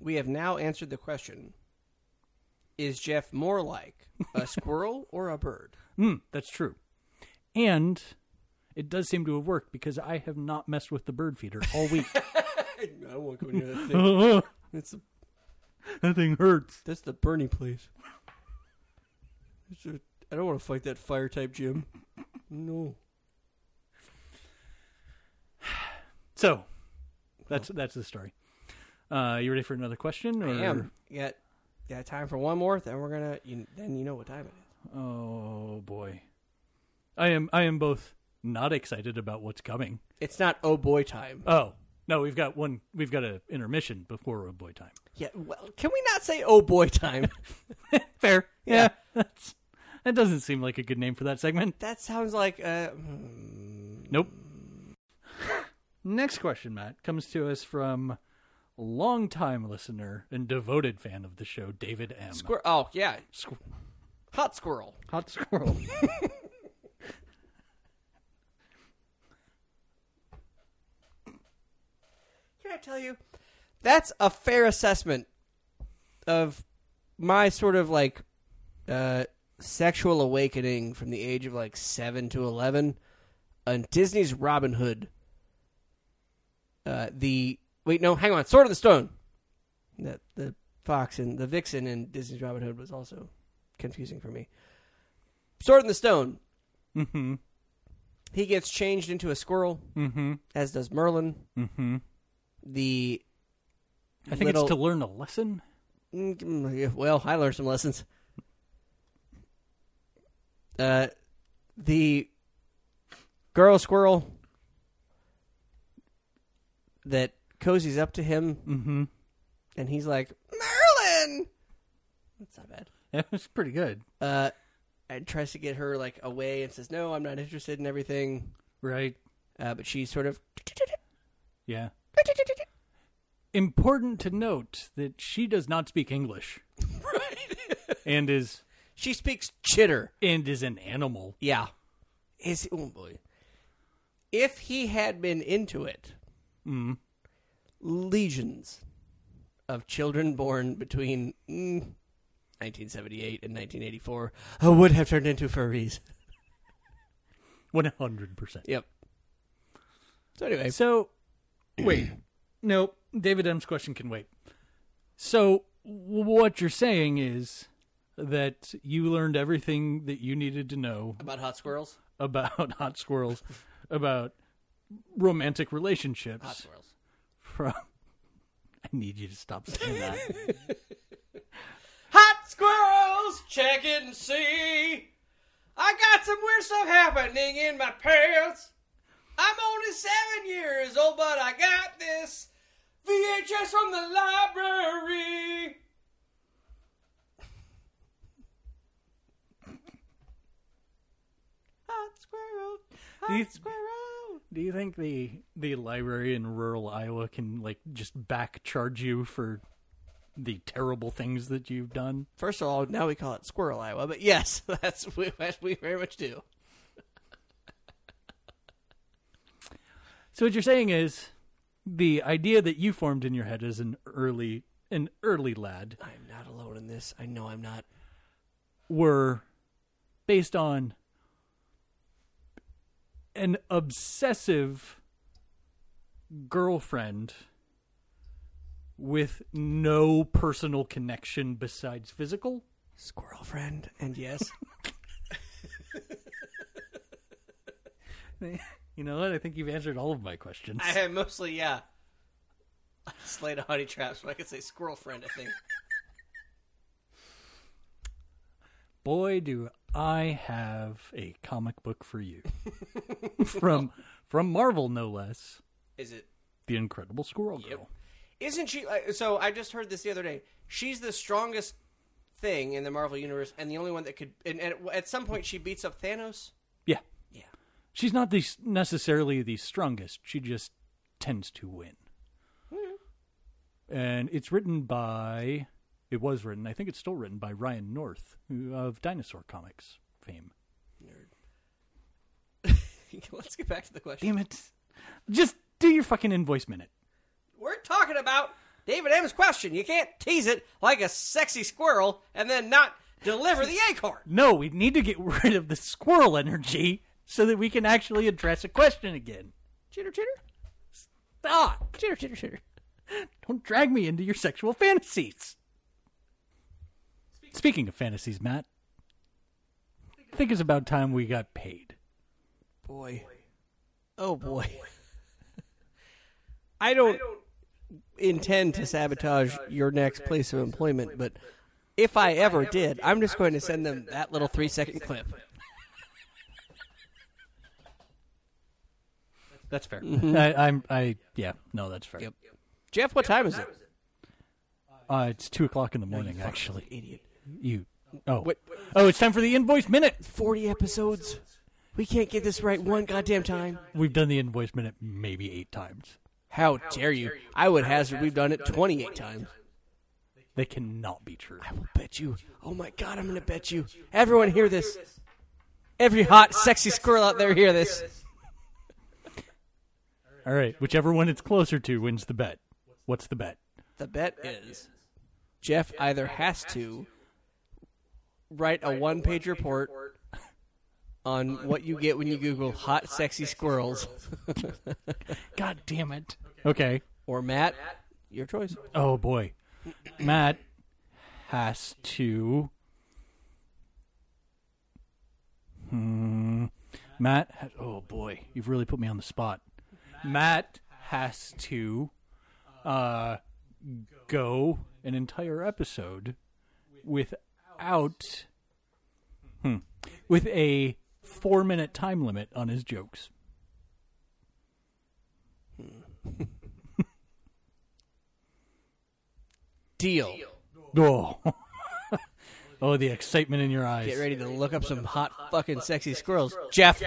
B: we have now answered the question Is Jeff more like a squirrel or a bird?
A: Mm, that's true. And it does seem to have worked because I have not messed with the bird feeder all week.
B: I won't go near that thing.
A: that
B: It's the,
A: thing hurts.
B: that's the Bernie place. It's a- I don't want to fight that fire type Jim. No.
A: So that's that's the story. Uh, you ready for another question? Or?
B: I am. Got, got time for one more, then we're going to, you, then you know what time it is.
A: Oh boy, I am. I am both not excited about what's coming.
B: It's not oh boy time.
A: Oh no, we've got one. We've got a intermission before Road Boy time.
B: Yeah, well, can we not say oh boy time?
A: Fair. Yeah.
B: Yeah.
A: That's that doesn't seem like a good name for that segment.
B: that sounds like uh, hmm,
A: Nope. Next question, Matt, comes to us from longtime listener and devoted fan of the show, David M.
B: squirrel. Oh yeah,
A: Squ-
B: hot squirrel.
A: Hot squirrel.
B: Can I tell you? That's a fair assessment of my sort of like uh, sexual awakening from the age of like seven to eleven, and Disney's Robin Hood. Uh, the wait, no, hang on, Sword of the Stone. That the fox and the vixen and Disney's Robin Hood was also confusing for me. Sword in the Stone.
A: mm-hmm.
B: He gets changed into a squirrel,
A: Mm-hmm.
B: as does Merlin.
A: Mm-hmm.
B: The
A: I think
B: Little-
A: it's to learn a lesson.
B: Mm, yeah, Well, I learned some lessons. Uh, the girl squirrel that cozies up to him,
A: Mm-hmm.
B: and he's like, Merlin! That's not bad.
A: That was pretty good.
B: Uh, and tries to get her, like, away and says, no, I'm not interested in everything.
A: Right.
B: Uh, but she's sort of...
A: Yeah. Important to note that she does not speak English
B: Right.
A: and is
B: she speaks chitter.
A: and is an animal.
B: Yeah. Is oh boy. If he had been into it, Mm-hmm.
A: Mm.
B: legions of children born between mm, 1978 and 1984 would have turned into furries.
A: One hundred percent.
B: Yep. So anyway,
A: So, wait. no, David M's question can wait. So, what you're saying is that you learned everything that you needed to know
B: about hot squirrels.
A: about hot squirrels, about romantic relationships
B: Hot squirrels.
A: from. I need you to stop saying that.
B: Hot squirrels, check it and see. I got some weird stuff happening in my pants. I'm only seven years old, but I got this VHS from the library. Hot squirrel,
A: Do you-
B: hot squirrel.
A: Do you think the the library in rural Iowa can like just back charge you for the terrible things that you've done?
B: First of all, now we call it Squirrel Iowa, but yes, that's we, we very much do.
A: So what you're saying is the idea that you formed in your head as an early an early lad
B: I'm not alone in this. I know I'm not.
A: were based on an obsessive girlfriend with no personal connection besides physical.
B: Squirrel friend, and yes.
A: You know what? I think you've answered all of my questions.
B: I had mostly, yeah. I just laid a honey trap so I could say squirrel friend, I think.
A: Boy, do I have a comic book for you from from Marvel, no less.
B: Is it? uh,
A: The Incredible Squirrel Girl.
B: Yep. Isn't she? like, So I just heard this the other day. She's the strongest thing in the Marvel universe, and the only one that could. And, and at- at some point, she beats up Thanos.
A: Yeah.
B: Yeah.
A: She's not the, necessarily the strongest. She just tends to win. And it's written by, it was written, I think it's still written by Ryan North who, of Dinosaur Comics fame.
B: Let's get back to the question.
A: Damn it. Just do your fucking invoice minute.
B: We're talking about David M's question. You can't tease it like a sexy squirrel and then not deliver the acorn.
A: No, we need to get rid of the squirrel energy so that we can actually address a question again.
B: Chitter chitter.
A: Stop!
B: Chitter chitter chitter.
A: Don't drag me into your sexual fantasies. Speaking of fantasies, Matt, I think it's about time we got paid.
B: Boy. Oh boy. I don't intend to sabotage your next place of employment, but if I ever did, I'm just going to send them that little three second clip.
A: That's fair. I, I'm. I yeah. No, that's fair.
B: Yep. Mm-hmm. Jeff, what time is it?
A: Uh, it's two o'clock in the morning. actually,
B: Idiot.
A: you. Oh.
B: What-
A: Oh, it's time for the invoice minute.
B: 40 episodes. We can't get this right one goddamn time.
A: We've done the invoice minute maybe eight times.
B: How dare you? I would hazard we've done it 28 times.
A: They cannot be true.
B: I will bet you. Oh my god, I'm going to bet you. Everyone hear this. Every hot, sexy squirrel out there hear this.
A: All right. Whichever one it's closer to wins the bet. What's the bet?
B: The bet is Jeff either has to write a one page report on what you get when you Google hot, sexy squirrels,
A: God damn it. Okay.
B: or Matt, your choice.
A: Oh boy. Matt has to. Hmm. Matt. Has, oh boy, you've really put me on the spot. Matt has to, uh, go an entire episode without, hmm, with a four-minute time limit on his jokes.
B: Deal.
A: Oh. oh, the excitement in your eyes.
B: Get ready to look up some hot, fucking sexy squirrels. Jeff,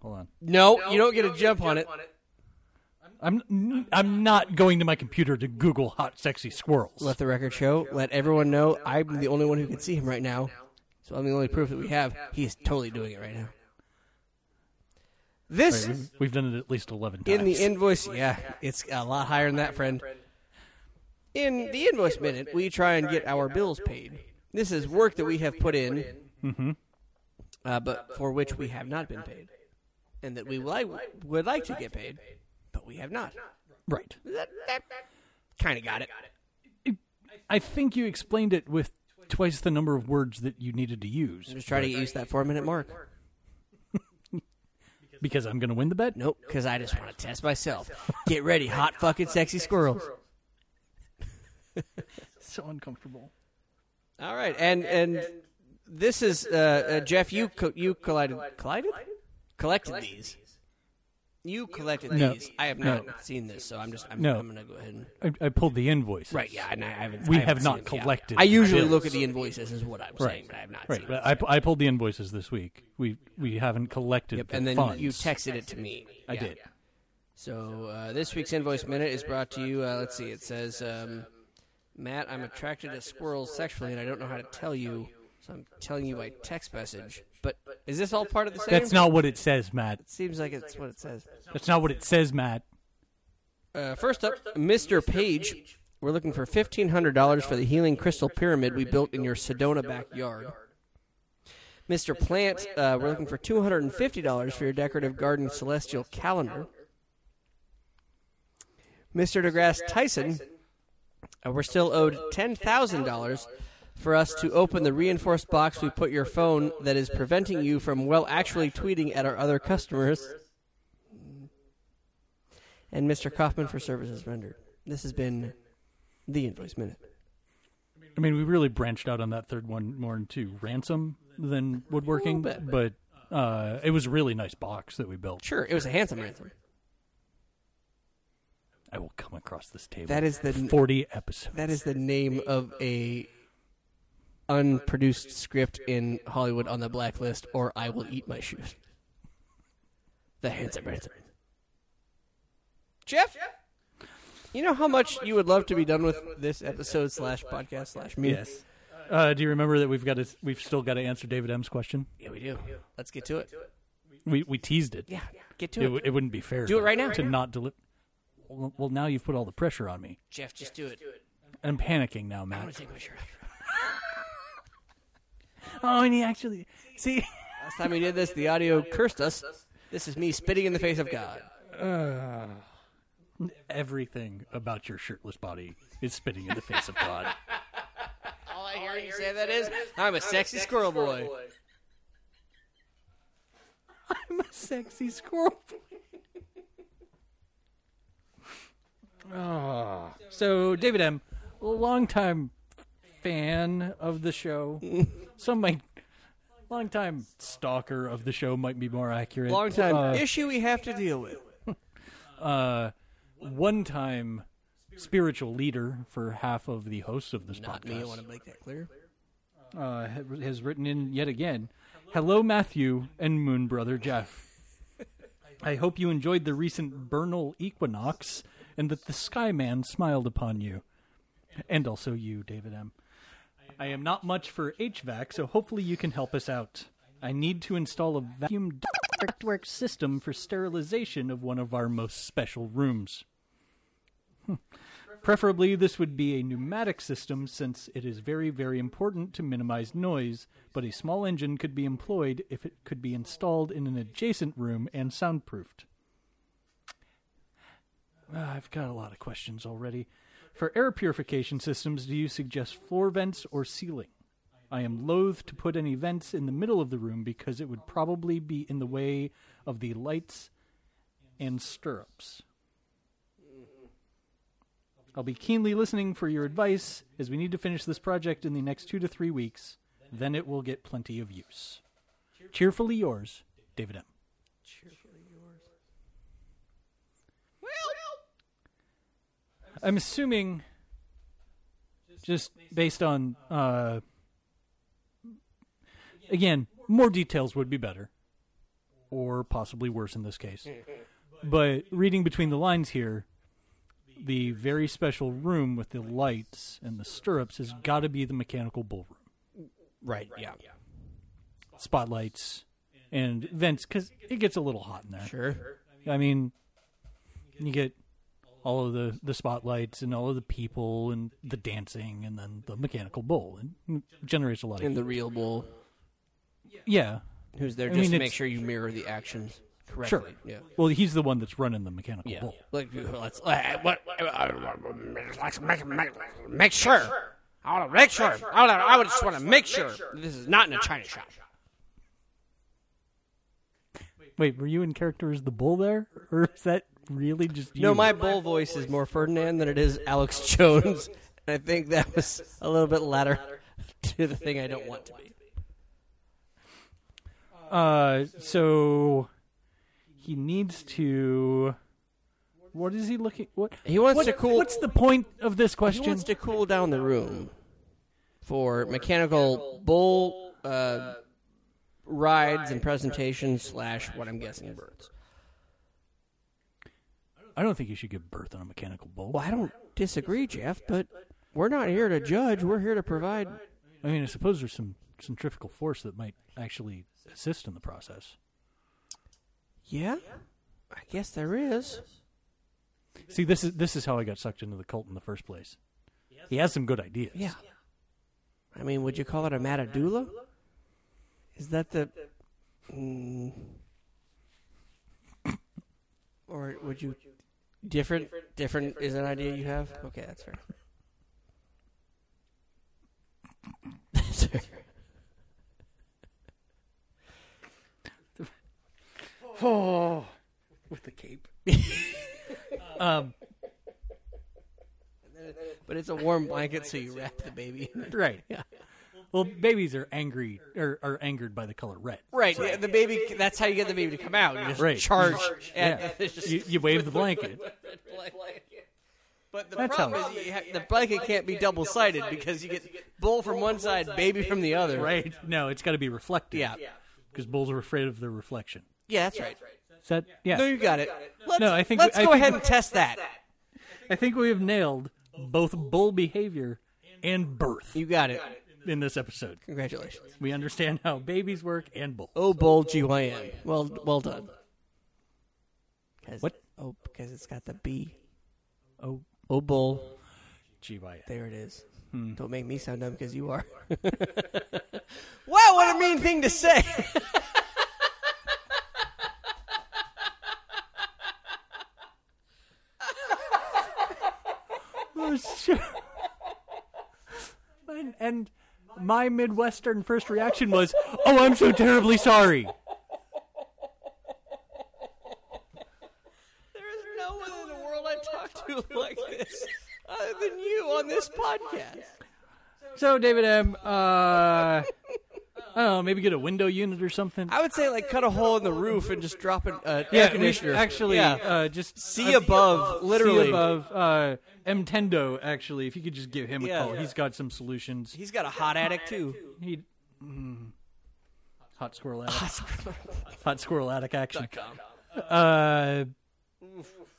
A: Hold on.
B: no, you don't get a jump on it.
A: I'm n- I'm not going to my computer to Google hot sexy squirrels.
B: Let the record show. Let everyone know I'm the only one who can see him right now. So I'm the only proof that we have. He is totally doing it right now. This
A: We've- We've done it at least eleven times.
B: in the invoice, yeah, it's a lot higher than that, friend. In the invoice minute, we try and get our bills paid. This is work that we have put in, uh, but for which we have not been paid, and that we li- would like to get paid, but we have not.
A: right.
B: That, kind of got it.
A: I think you explained it with twice the number of words that you needed to use
B: Just try to get used to that four minute mark.
A: because I'm going to win the bet.
B: Nope, because I just want to test myself. Get ready, hot fucking sexy squirrels.
A: So uncomfortable.
B: All right, and and this is uh, uh, Jeff. You co- you collided collided collected these. You collected
A: No.
B: these. I have
A: No.
B: not seen this, so I'm just I'm,
A: No.
B: I'm gonna go ahead and
A: I, I pulled the invoice.
B: right. Yeah, and I haven't.
A: We
B: I
A: have
B: haven't
A: not
B: seen it, yeah.
A: collected
B: I usually
A: bills.
B: look at the invoices, is what I'm saying,
A: Right.
B: but I have not
A: Right.
B: seen it.
A: But I, pu- I pulled the invoices this week. We we haven't collected the
B: And then
A: funds.
B: you texted it to me.
A: I
B: Yeah.
A: did.
B: So uh, this week's invoice minute is brought to you. Uh, let's see. It says, um, Matt, I'm attracted to squirrels sexually, and I don't know how to tell you, so I'm telling you by text message. But is this all part of the same?
A: That's not what it says, Matt.
B: Seems like it's what it says.
A: That's not what it says, Matt.
B: Uh, first up, Mr. Page. We're looking for fifteen hundred dollars for the healing crystal pyramid we built in your Sedona backyard. Mr. Plant, uh, we're looking for two hundred and fifty dollars for your decorative garden celestial calendar. Mr. DeGrasse Tyson, uh, we're still owed ten thousand dollars for us to open the reinforced box we put your phone that is preventing you from well actually tweeting at our other customers and Mr. Kaufman for services rendered. This has been the Invoice Minute.
A: I mean, we really branched out on that third one more into ransom than woodworking,
B: Little
A: but uh, it was a really nice box that we built.
B: Sure, it was a handsome ransom.
A: I will come across this table.
B: That is the
A: forty episodes.
B: that is the name of a unproduced script in Hollywood on the blacklist, or I will eat my shoes. The handsome handsome. Jeff, you know how much you would love to be done with this episode slash podcast slash me.
A: yes. Uh, do you remember that we've got to, we've still got to answer David M's question?
B: yeah, we do. Let's get to it.
A: We we teased it.
B: Yeah, get
A: It,
B: to
A: w-
B: it.
A: it wouldn't be fair.
B: Do it
A: to-
B: right now.
A: to not deliver. Well, well, now you've put all the pressure on me.
B: Jeff, just do it.
A: I'm panicking now,
B: I'm
A: Matt.
B: gonna take my shirt off.
A: Oh, and he actually see.
B: Last time we did this, the audio cursed us. This is me spitting in the face of God.
A: Everything about your shirtless body is spitting in the face of God.
B: All I hear you say that is, I'm a sexy squirrel boy.
A: I'm a sexy squirrel. Ah. So David M, longtime fan of the show. Some might longtime stalker of the show might be more accurate.
B: Long time
A: Uh,
B: issue we have to deal with.
A: one time spiritual leader for half of the hosts of this
B: Not Uh, me. I want
A: podcast.
B: to make that clear.
A: Uh, ha- has written in yet again. Hello, Matthew and Moon Brother Jeff. I hope you enjoyed the recent vernal equinox and that the Skyman smiled upon you. And also you, David M. I am not much for HVAC, so hopefully you can help us out. I need to install a vacuum ductwork system for sterilization of one of our most special rooms. Hmm. Preferably, this would be a pneumatic system since it is very, very important to minimize noise, but a small engine could be employed if it could be installed in an adjacent room and soundproofed. Ah, I've got a lot of questions already. For air purification systems, do you suggest floor vents or ceiling? I am loath to put any vents in the middle of the room because it would probably be in the way of the lights and stirrups. I'll be keenly listening for your advice as we need to finish this project in the next two to three weeks. Then it will get plenty of use. Cheerfully yours, David M. I'm assuming, just based on, uh, again, more details would be better, or possibly worse in this case. But reading between the lines here, the very special room with the lights and the stirrups has got to be the mechanical bullroom
B: Right. Yeah.
A: spotlights and vents because it gets a little hot in there.
B: Sure.
A: I mean, you get all of the, the spotlights and all of the people and the dancing and then the mechanical bull and it generates a lot of
B: And the real bull,
A: yeah.
B: who's there
A: I
B: just
A: mean,
B: to
A: it's-
B: make sure you mirror the actions correctly.
A: Sure.
B: Yeah.
A: Well, he's the one that's running the mechanical
B: Yeah.
A: bull.
B: Like, let's uh, what? Uh, let's make, make, make sure. I want to make sure. I, wanna, I would just want to make sure that this is not in a china shop.
A: Wait, were you in character as the bull there, or is that really just you?
B: No, my bull voice is more Ferdinand than it is Alex Jones. And I think that was a little bit ladder to the thing I don't want to be.
A: Uh, so he needs to. What is he looking? What
B: He wants
A: what-
B: to cool-
A: What's the point of this
B: He
A: question?
B: wants to cool down the room for mechanical bull uh, rides and presentations slash what I'm guessing birds.
A: I don't think you should give birth on a mechanical bull.
B: Well, I don't disagree, Jeff, but we're not here to judge. We're here to provide.
A: I mean, I suppose there's some centrifugal force that might actually assist in the process.
B: Yeah, I guess there is.
A: See, this is this is how I got sucked into the cult in the first place. He has some good ideas.
B: Yeah. I mean, would you call it a matadula? Is that the. Mm, or would you. Different, different is an idea you have? Okay, that's fair. That's fair.
A: Oh, with the cape. um,
B: But it's a warm blanket, so you wrap the baby in it.
A: right. Yeah. Well, babies are angry or are angered by the color red.
B: Right, yeah, the baby, that's how you get the baby to come out. You just
A: Right.
B: charge.
A: Yeah.
B: and it's just-
A: You, you wave the blanket.
C: But the
A: That's
C: problem
A: how-
C: is, you ha-
B: the blanket can't be double sided because you get bull from one side, baby from the other.
A: Right? No, it's got to be reflective.
B: Yeah.
A: Because bulls are afraid of their reflection.
B: Yeah, that's right.
A: Is that yeah?
B: No, you got it. Let's,
A: No, I think-
B: let's
A: I
B: go
A: think-
B: ahead and test that.
A: I think we have nailed both bull behavior and birth
B: You got it.
A: in this episode.
B: Congratulations.
A: We understand how babies work and bull.
B: Oh, bull GYN. Well, well done. 'Cause-
A: What?
B: Oh, because it's got the B.
A: Oh,
B: Oh, bull.
A: GYN.
B: There it is. Don't make me sound dumb because you are. wow, what a mean thing to say.
A: Oh, sure. and, and my Midwestern first reaction was, "Oh, I'm so terribly sorry."
B: There is no one in the world I talk to like this other than you on this podcast.
A: So, David M, uh, I don't know, Oh, maybe get a window unit or something.
B: I would say, like, cut a hole in the roof and just drop an uh, air
A: yeah, we should
B: conditioner.
A: actually,
B: Yeah.
A: uh, just
B: see above, literally.
A: see above uh, M Tendo. Actually, if you could just give him a
B: Yeah.
A: call, he's got some solutions.
B: He's got a hot attic, too.
A: He, mm, hot squirrel attic, hot squirrel attic action. Uh,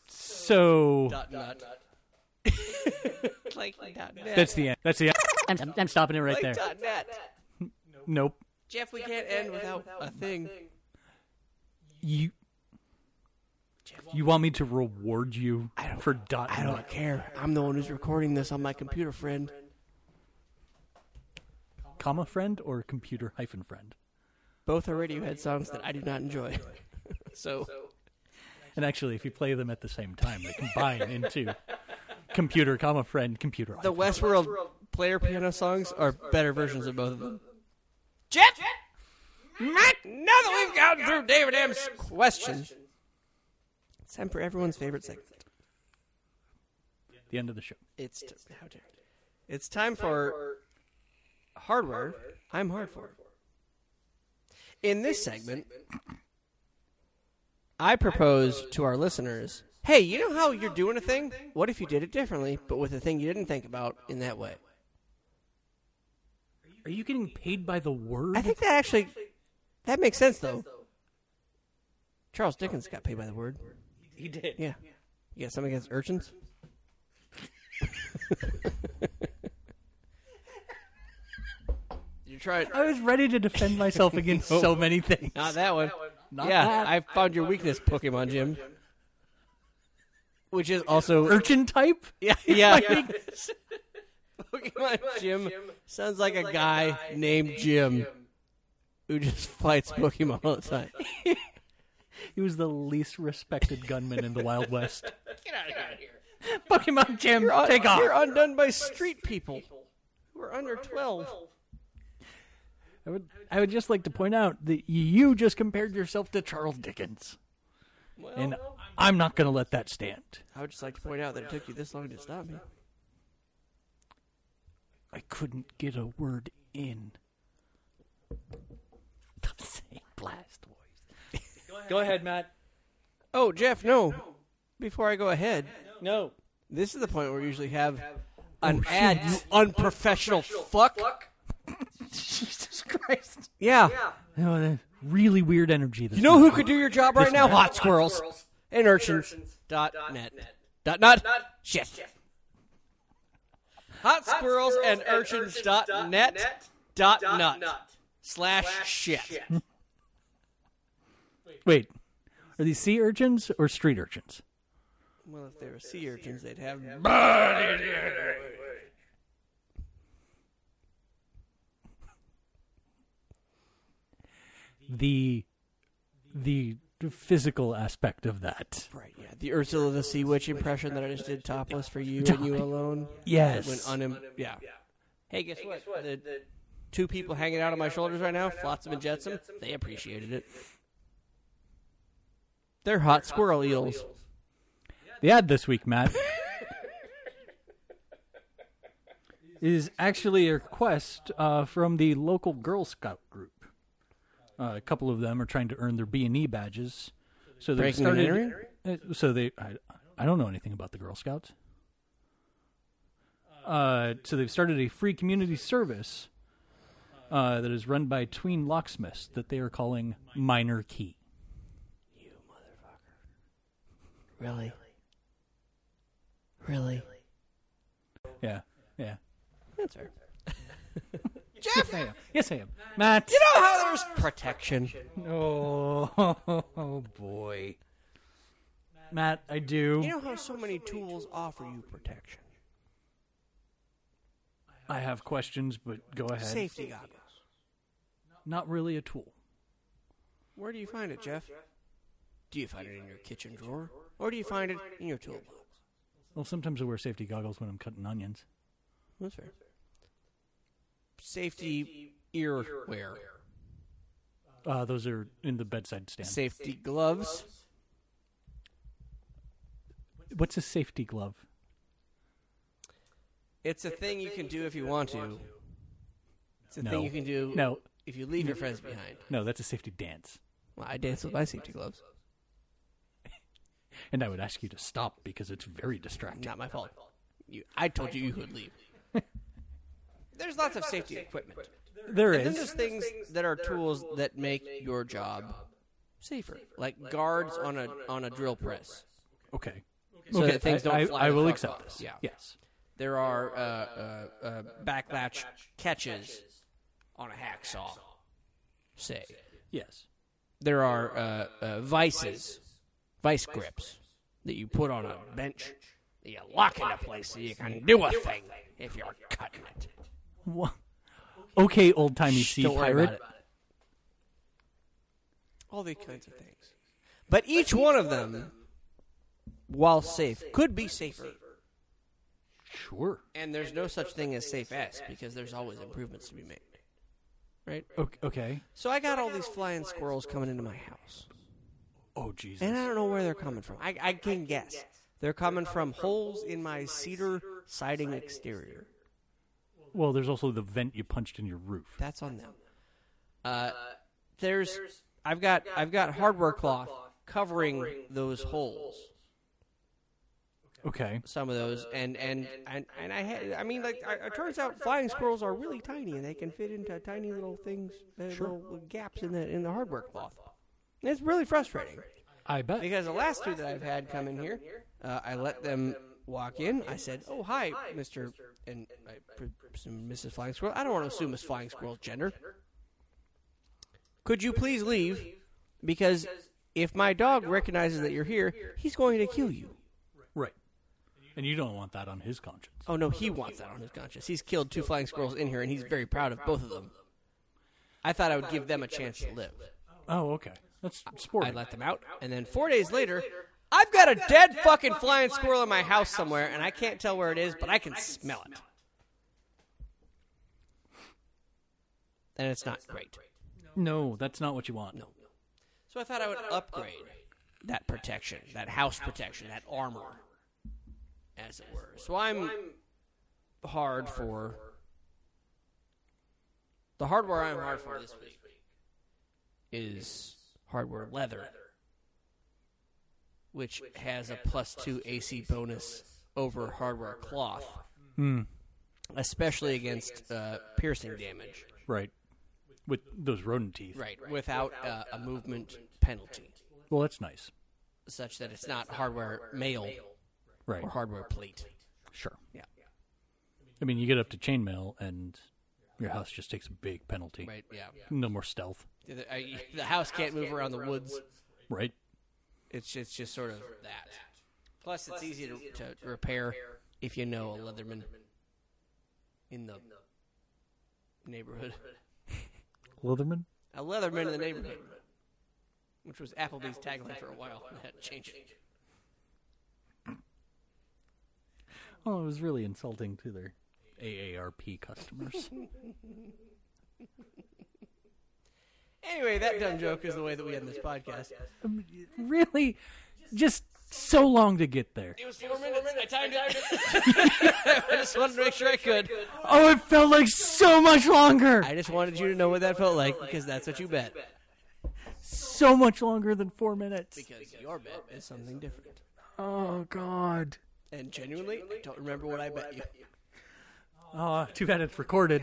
A: so
B: Dot nut. like, dot net.
A: that's the end. That's the end. I'm, I'm- I'm stopping it right
B: like,
A: there.
B: dot net.
A: Nope.
B: Jeff, we can't end without a thing.
A: You. You want me to reward you for dot
B: I don't
A: nut?
B: care. I'm the one who's recording this on my computer, friend.
A: comma friend or computer hyphen friend?
B: Both are Radiohead songs that I do not enjoy. so,
A: And actually, if you play them at the same time, they combine into computer comma friend computer.
B: the
A: hyphen.
B: Westworld player piano songs are better versions of both of them. Jeff! Matt, now that we've gotten through David M's question, it's time for everyone's favorite segment.
A: the end of the show.
B: It's t- how dare you. It's time for hardware. I'm hard for. In this segment, I propose to our listeners, hey, you know how you're doing a thing? What if you did it differently, but with a thing you didn't think about in that way?
A: Are you getting paid by the word?
B: I think that actually that makes sense though. Charles Dickens got paid by the word.
A: he did.
B: Yeah. You got something against urchins? You're trying
A: I was ready to defend myself against so many things.
B: Not that one.
A: Not
B: yeah,
A: that.
B: I found your weakness, Pokemon Jim. Which is also
A: Urchin type?
B: yeah, yeah. Pokemon Jim sounds like a guy named Jim who just fights Pokemon all the time.
A: He was the least respected gunman in the Wild West. Get out of here. Pokemon Jim,
B: You're un-
A: take off.
B: You're undone by street people who are under twelve.
A: I would, I would just like to point out that you just compared yourself to Charles Dickens. and I'm not going to let that stand.
B: I would just like to point out that it took you this long to stop me.
A: I couldn't get a word in. Stop saying blast voice. Go ahead, Matt.
B: Oh, Jeff, no. Before I go ahead,
A: No.
B: this is the point where we usually have an ad. Oh, You unprofessional fuck.
A: Jesus Christ.
B: Yeah.
A: No, that- really weird energy. This
B: You know
A: week.
B: who could do your job right now? Hot squirrels and urchins. Dot net. Dot not shit. Hot squirrels and urchins. Dot net. Dot nut. Slash shit.
A: Wait, are these sea urchins or street urchins?
B: Well, if they were sea urchins, they'd have.
A: The the physical aspect of that.
B: Right, yeah. The Ursula the Sea Witch impression that I just did topless for you and you alone. When
A: Yes.
B: unim- yeah. Hey, guess what? The, two people hanging out on my shoulders right now, Flotsam and Jetsam, they appreciated it. They're hot squirrel eels.
A: The ad this week, Matt, is actually a request uh, from the local Girl Scout group. Uh, a couple of them are trying to earn their B and E badges, so they
B: Breaking and
A: started. uh, So they, I, I don't know anything about the Girl Scouts. Uh, so they've started a free community service uh, that is run by tween locksmiths that they are calling Minor Key.
B: Really? Really?
A: Yeah, yeah.
B: That's fair.
A: Yes, I am. Yes, I am. Matt.
B: Oh, how there's protection.
A: Oh, boy. Matt, I do.
B: You know how so many tools offer you protection?
A: I have questions, but go ahead.
B: Safety goggles.
A: Not really a tool.
B: Where do you find it, Jeff? Do you find it in your kitchen drawer? Or do you find it in your toolbox?
A: Well, sometimes I wear safety goggles when I'm cutting onions.
B: That's fair. Safety earwear.
A: Uh, those are in the bedside stand.
B: Safety gloves.
A: What's a safety glove?
B: It's a thing you can do if you want to. It's a
A: No.
B: thing you can do
A: No,
B: if you leave your friends behind.
A: no, that's a safety dance.
B: Well, I dance with my safety gloves.
A: And I would ask you to stop because it's very distracting.
B: Not my fault. You, I told you you could leave. There's lots of safety equipment.
A: There
B: Then
A: is.
B: there's things that are tools that make your job safer, like guards on a on a drill press.
A: Okay.
B: So
A: okay,
B: that things
A: I,
B: don't
A: I-
B: fly
A: I
B: the
A: will
B: fuck
A: accept
B: off.
A: this.
B: Yeah.
A: Yes.
B: There are uh, uh, uh, backlatch catches on a hacksaw. Say
A: Yes.
B: there are uh, uh, vices, vice grips that you put on a bench that you lock into place so you can do a thing if you're cutting it.
A: Wha- Okay, old timey
B: Shh,
A: sea
B: don't worry
A: pirate.
B: about it. All these kinds of things. But each one of them, while safe, could be safer.
A: Sure.
B: And there's no such thing as safe as because there's always improvements to be made. Right?
A: O- Okay.
B: So I got all these flying squirrels coming into my house.
A: Oh Jesus.
B: And I don't know where they're coming from. I, I can guess. They're coming from holes in my cedar siding exterior.
A: Well, there's also the vent you punched in your roof.
B: That's on them. Uh, there's, I've got, I've got hardware cloth covering those holes.
A: Okay.
B: Some of those, and and and, and I had, I mean, like, I, it turns out flying squirrels are really tiny, and they can fit into tiny little things, uh, little gaps in the in the hardware cloth. And it's really frustrating
A: I bet.
B: because the last two that I've had come in here, uh, I let them walk in. I said, "Oh hi, Mister," and I pre- presume Mrs. Flying Squirrel. I don't want to assume it's Flying Squirrel's gender. Could you please leave? Because if my dog recognizes that you're here, he's going to kill you.
A: Right. And you don't want that on his conscience.
B: Oh no, he wants that on his conscience. He's killed two flying squirrels in here, and he's very proud of both of them. I thought I would give them a chance to live.
A: Oh, okay. That's
B: I
A: sporting.
B: let them out, and then four days later, I've got a dead fucking flying squirrel in my house somewhere, and I can't tell where it is, but I can smell it. And it's not great.
A: no, that's not what you want.
B: No. So I thought I would upgrade that protection, that house protection, that armor, as it were. So I'm hard for. The hardware I'm hard for this week is hardware leather, which has a plus two AC bonus over hardware cloth,
A: Hmm.
B: especially against uh, piercing damage.
A: Right. With those rodent teeth.
B: Right, without uh, a movement penalty.
A: Well, that's nice.
B: such that it's not hardware mail
A: Right.
B: or hardware plate.
A: Sure.
B: Yeah.
A: I mean, you get up to chainmail, and your house just takes a big penalty.
B: Right, yeah.
A: No more stealth.
B: The, I- the house can't move around the woods.
A: Right.
B: It's it's just sort of that. Plus, it's easy to, to repair if you know a leatherman in the neighborhood.
A: Leatherman.
B: A leatherman in the neighborhood, which was Applebee's tagline for a while. I had to change it.
A: Oh, it was really insulting to their AARP customers.
B: Anyway, that dumb joke is the way that we end this podcast.
A: really, just so long to get there.
B: It was four minutes. I timed it. I just wanted to make sure I could.
A: Oh, it felt like so much longer.
B: I just wanted you to know what that felt like because that's what you bet.
A: So much longer than four minutes.
B: Because your bet is something different.
A: Oh God.
B: And genuinely, I don't remember what I bet you.
A: Oh, too bad it's recorded.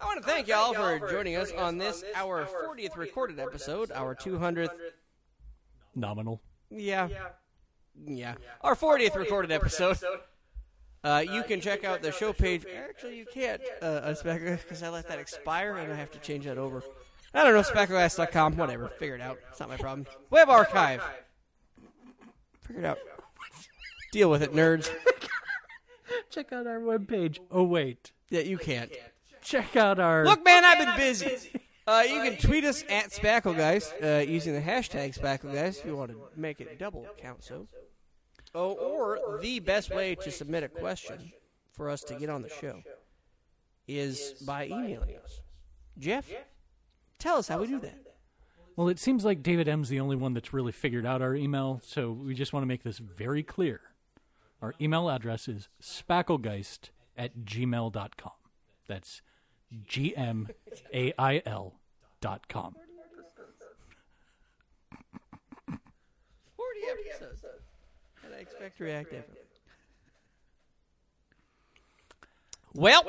B: I want to thank y'all for joining us on this our 40th recorded episode, our 200th,
A: Nominal.
B: yeah, yeah, our 40th recorded episode. Uh, you can check out the show page. Actually, you can't uh, because I let that expire and I have to change that over. I don't know, spackleglass.com, whatever. Figure it out. It's not my problem. Web archive. Figure it out. Deal with it, nerds.
A: Check out our webpage. Oh wait.
B: Yeah, you can't.
A: Check out our
B: Look, man, I've been busy. Uh, you can tweet us at Spacklegeist uh, using the hashtag Spacklegeist if you want to make it double count so. Oh, or the best way to submit a question for us to get on the show is by emailing us. Jeff, tell us how we do that.
A: Well, it seems like David M's the only one that's really figured out our email, so we just want to make this very clear. Our email address is spacklegeist at gmail.com. That's G M A I L dot com.
B: 40 episodes. And I expect to react differently. Well,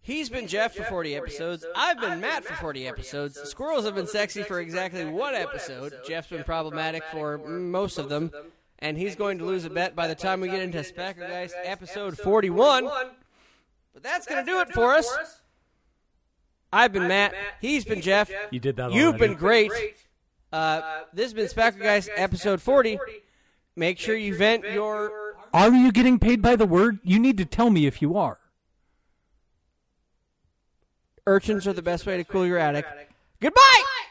B: he's been Jeff for 40 episodes. I've been Matt for 40 episodes. Squirrels have been sexy for exactly one episode. Jeff's been problematic for most of them. And he's going to lose a bet by the time we get into Spackergeist episode 41. But that's going to do it for us. I've been Matt. He's been Jeff.
A: You did that
B: You've
A: already.
B: been great. Uh, this has been Spackergeist episode 40. Make sure you vent your
A: Are you getting paid by the word? You need to tell me if you are.
B: urchins are the best way to cool your attic. Goodbye!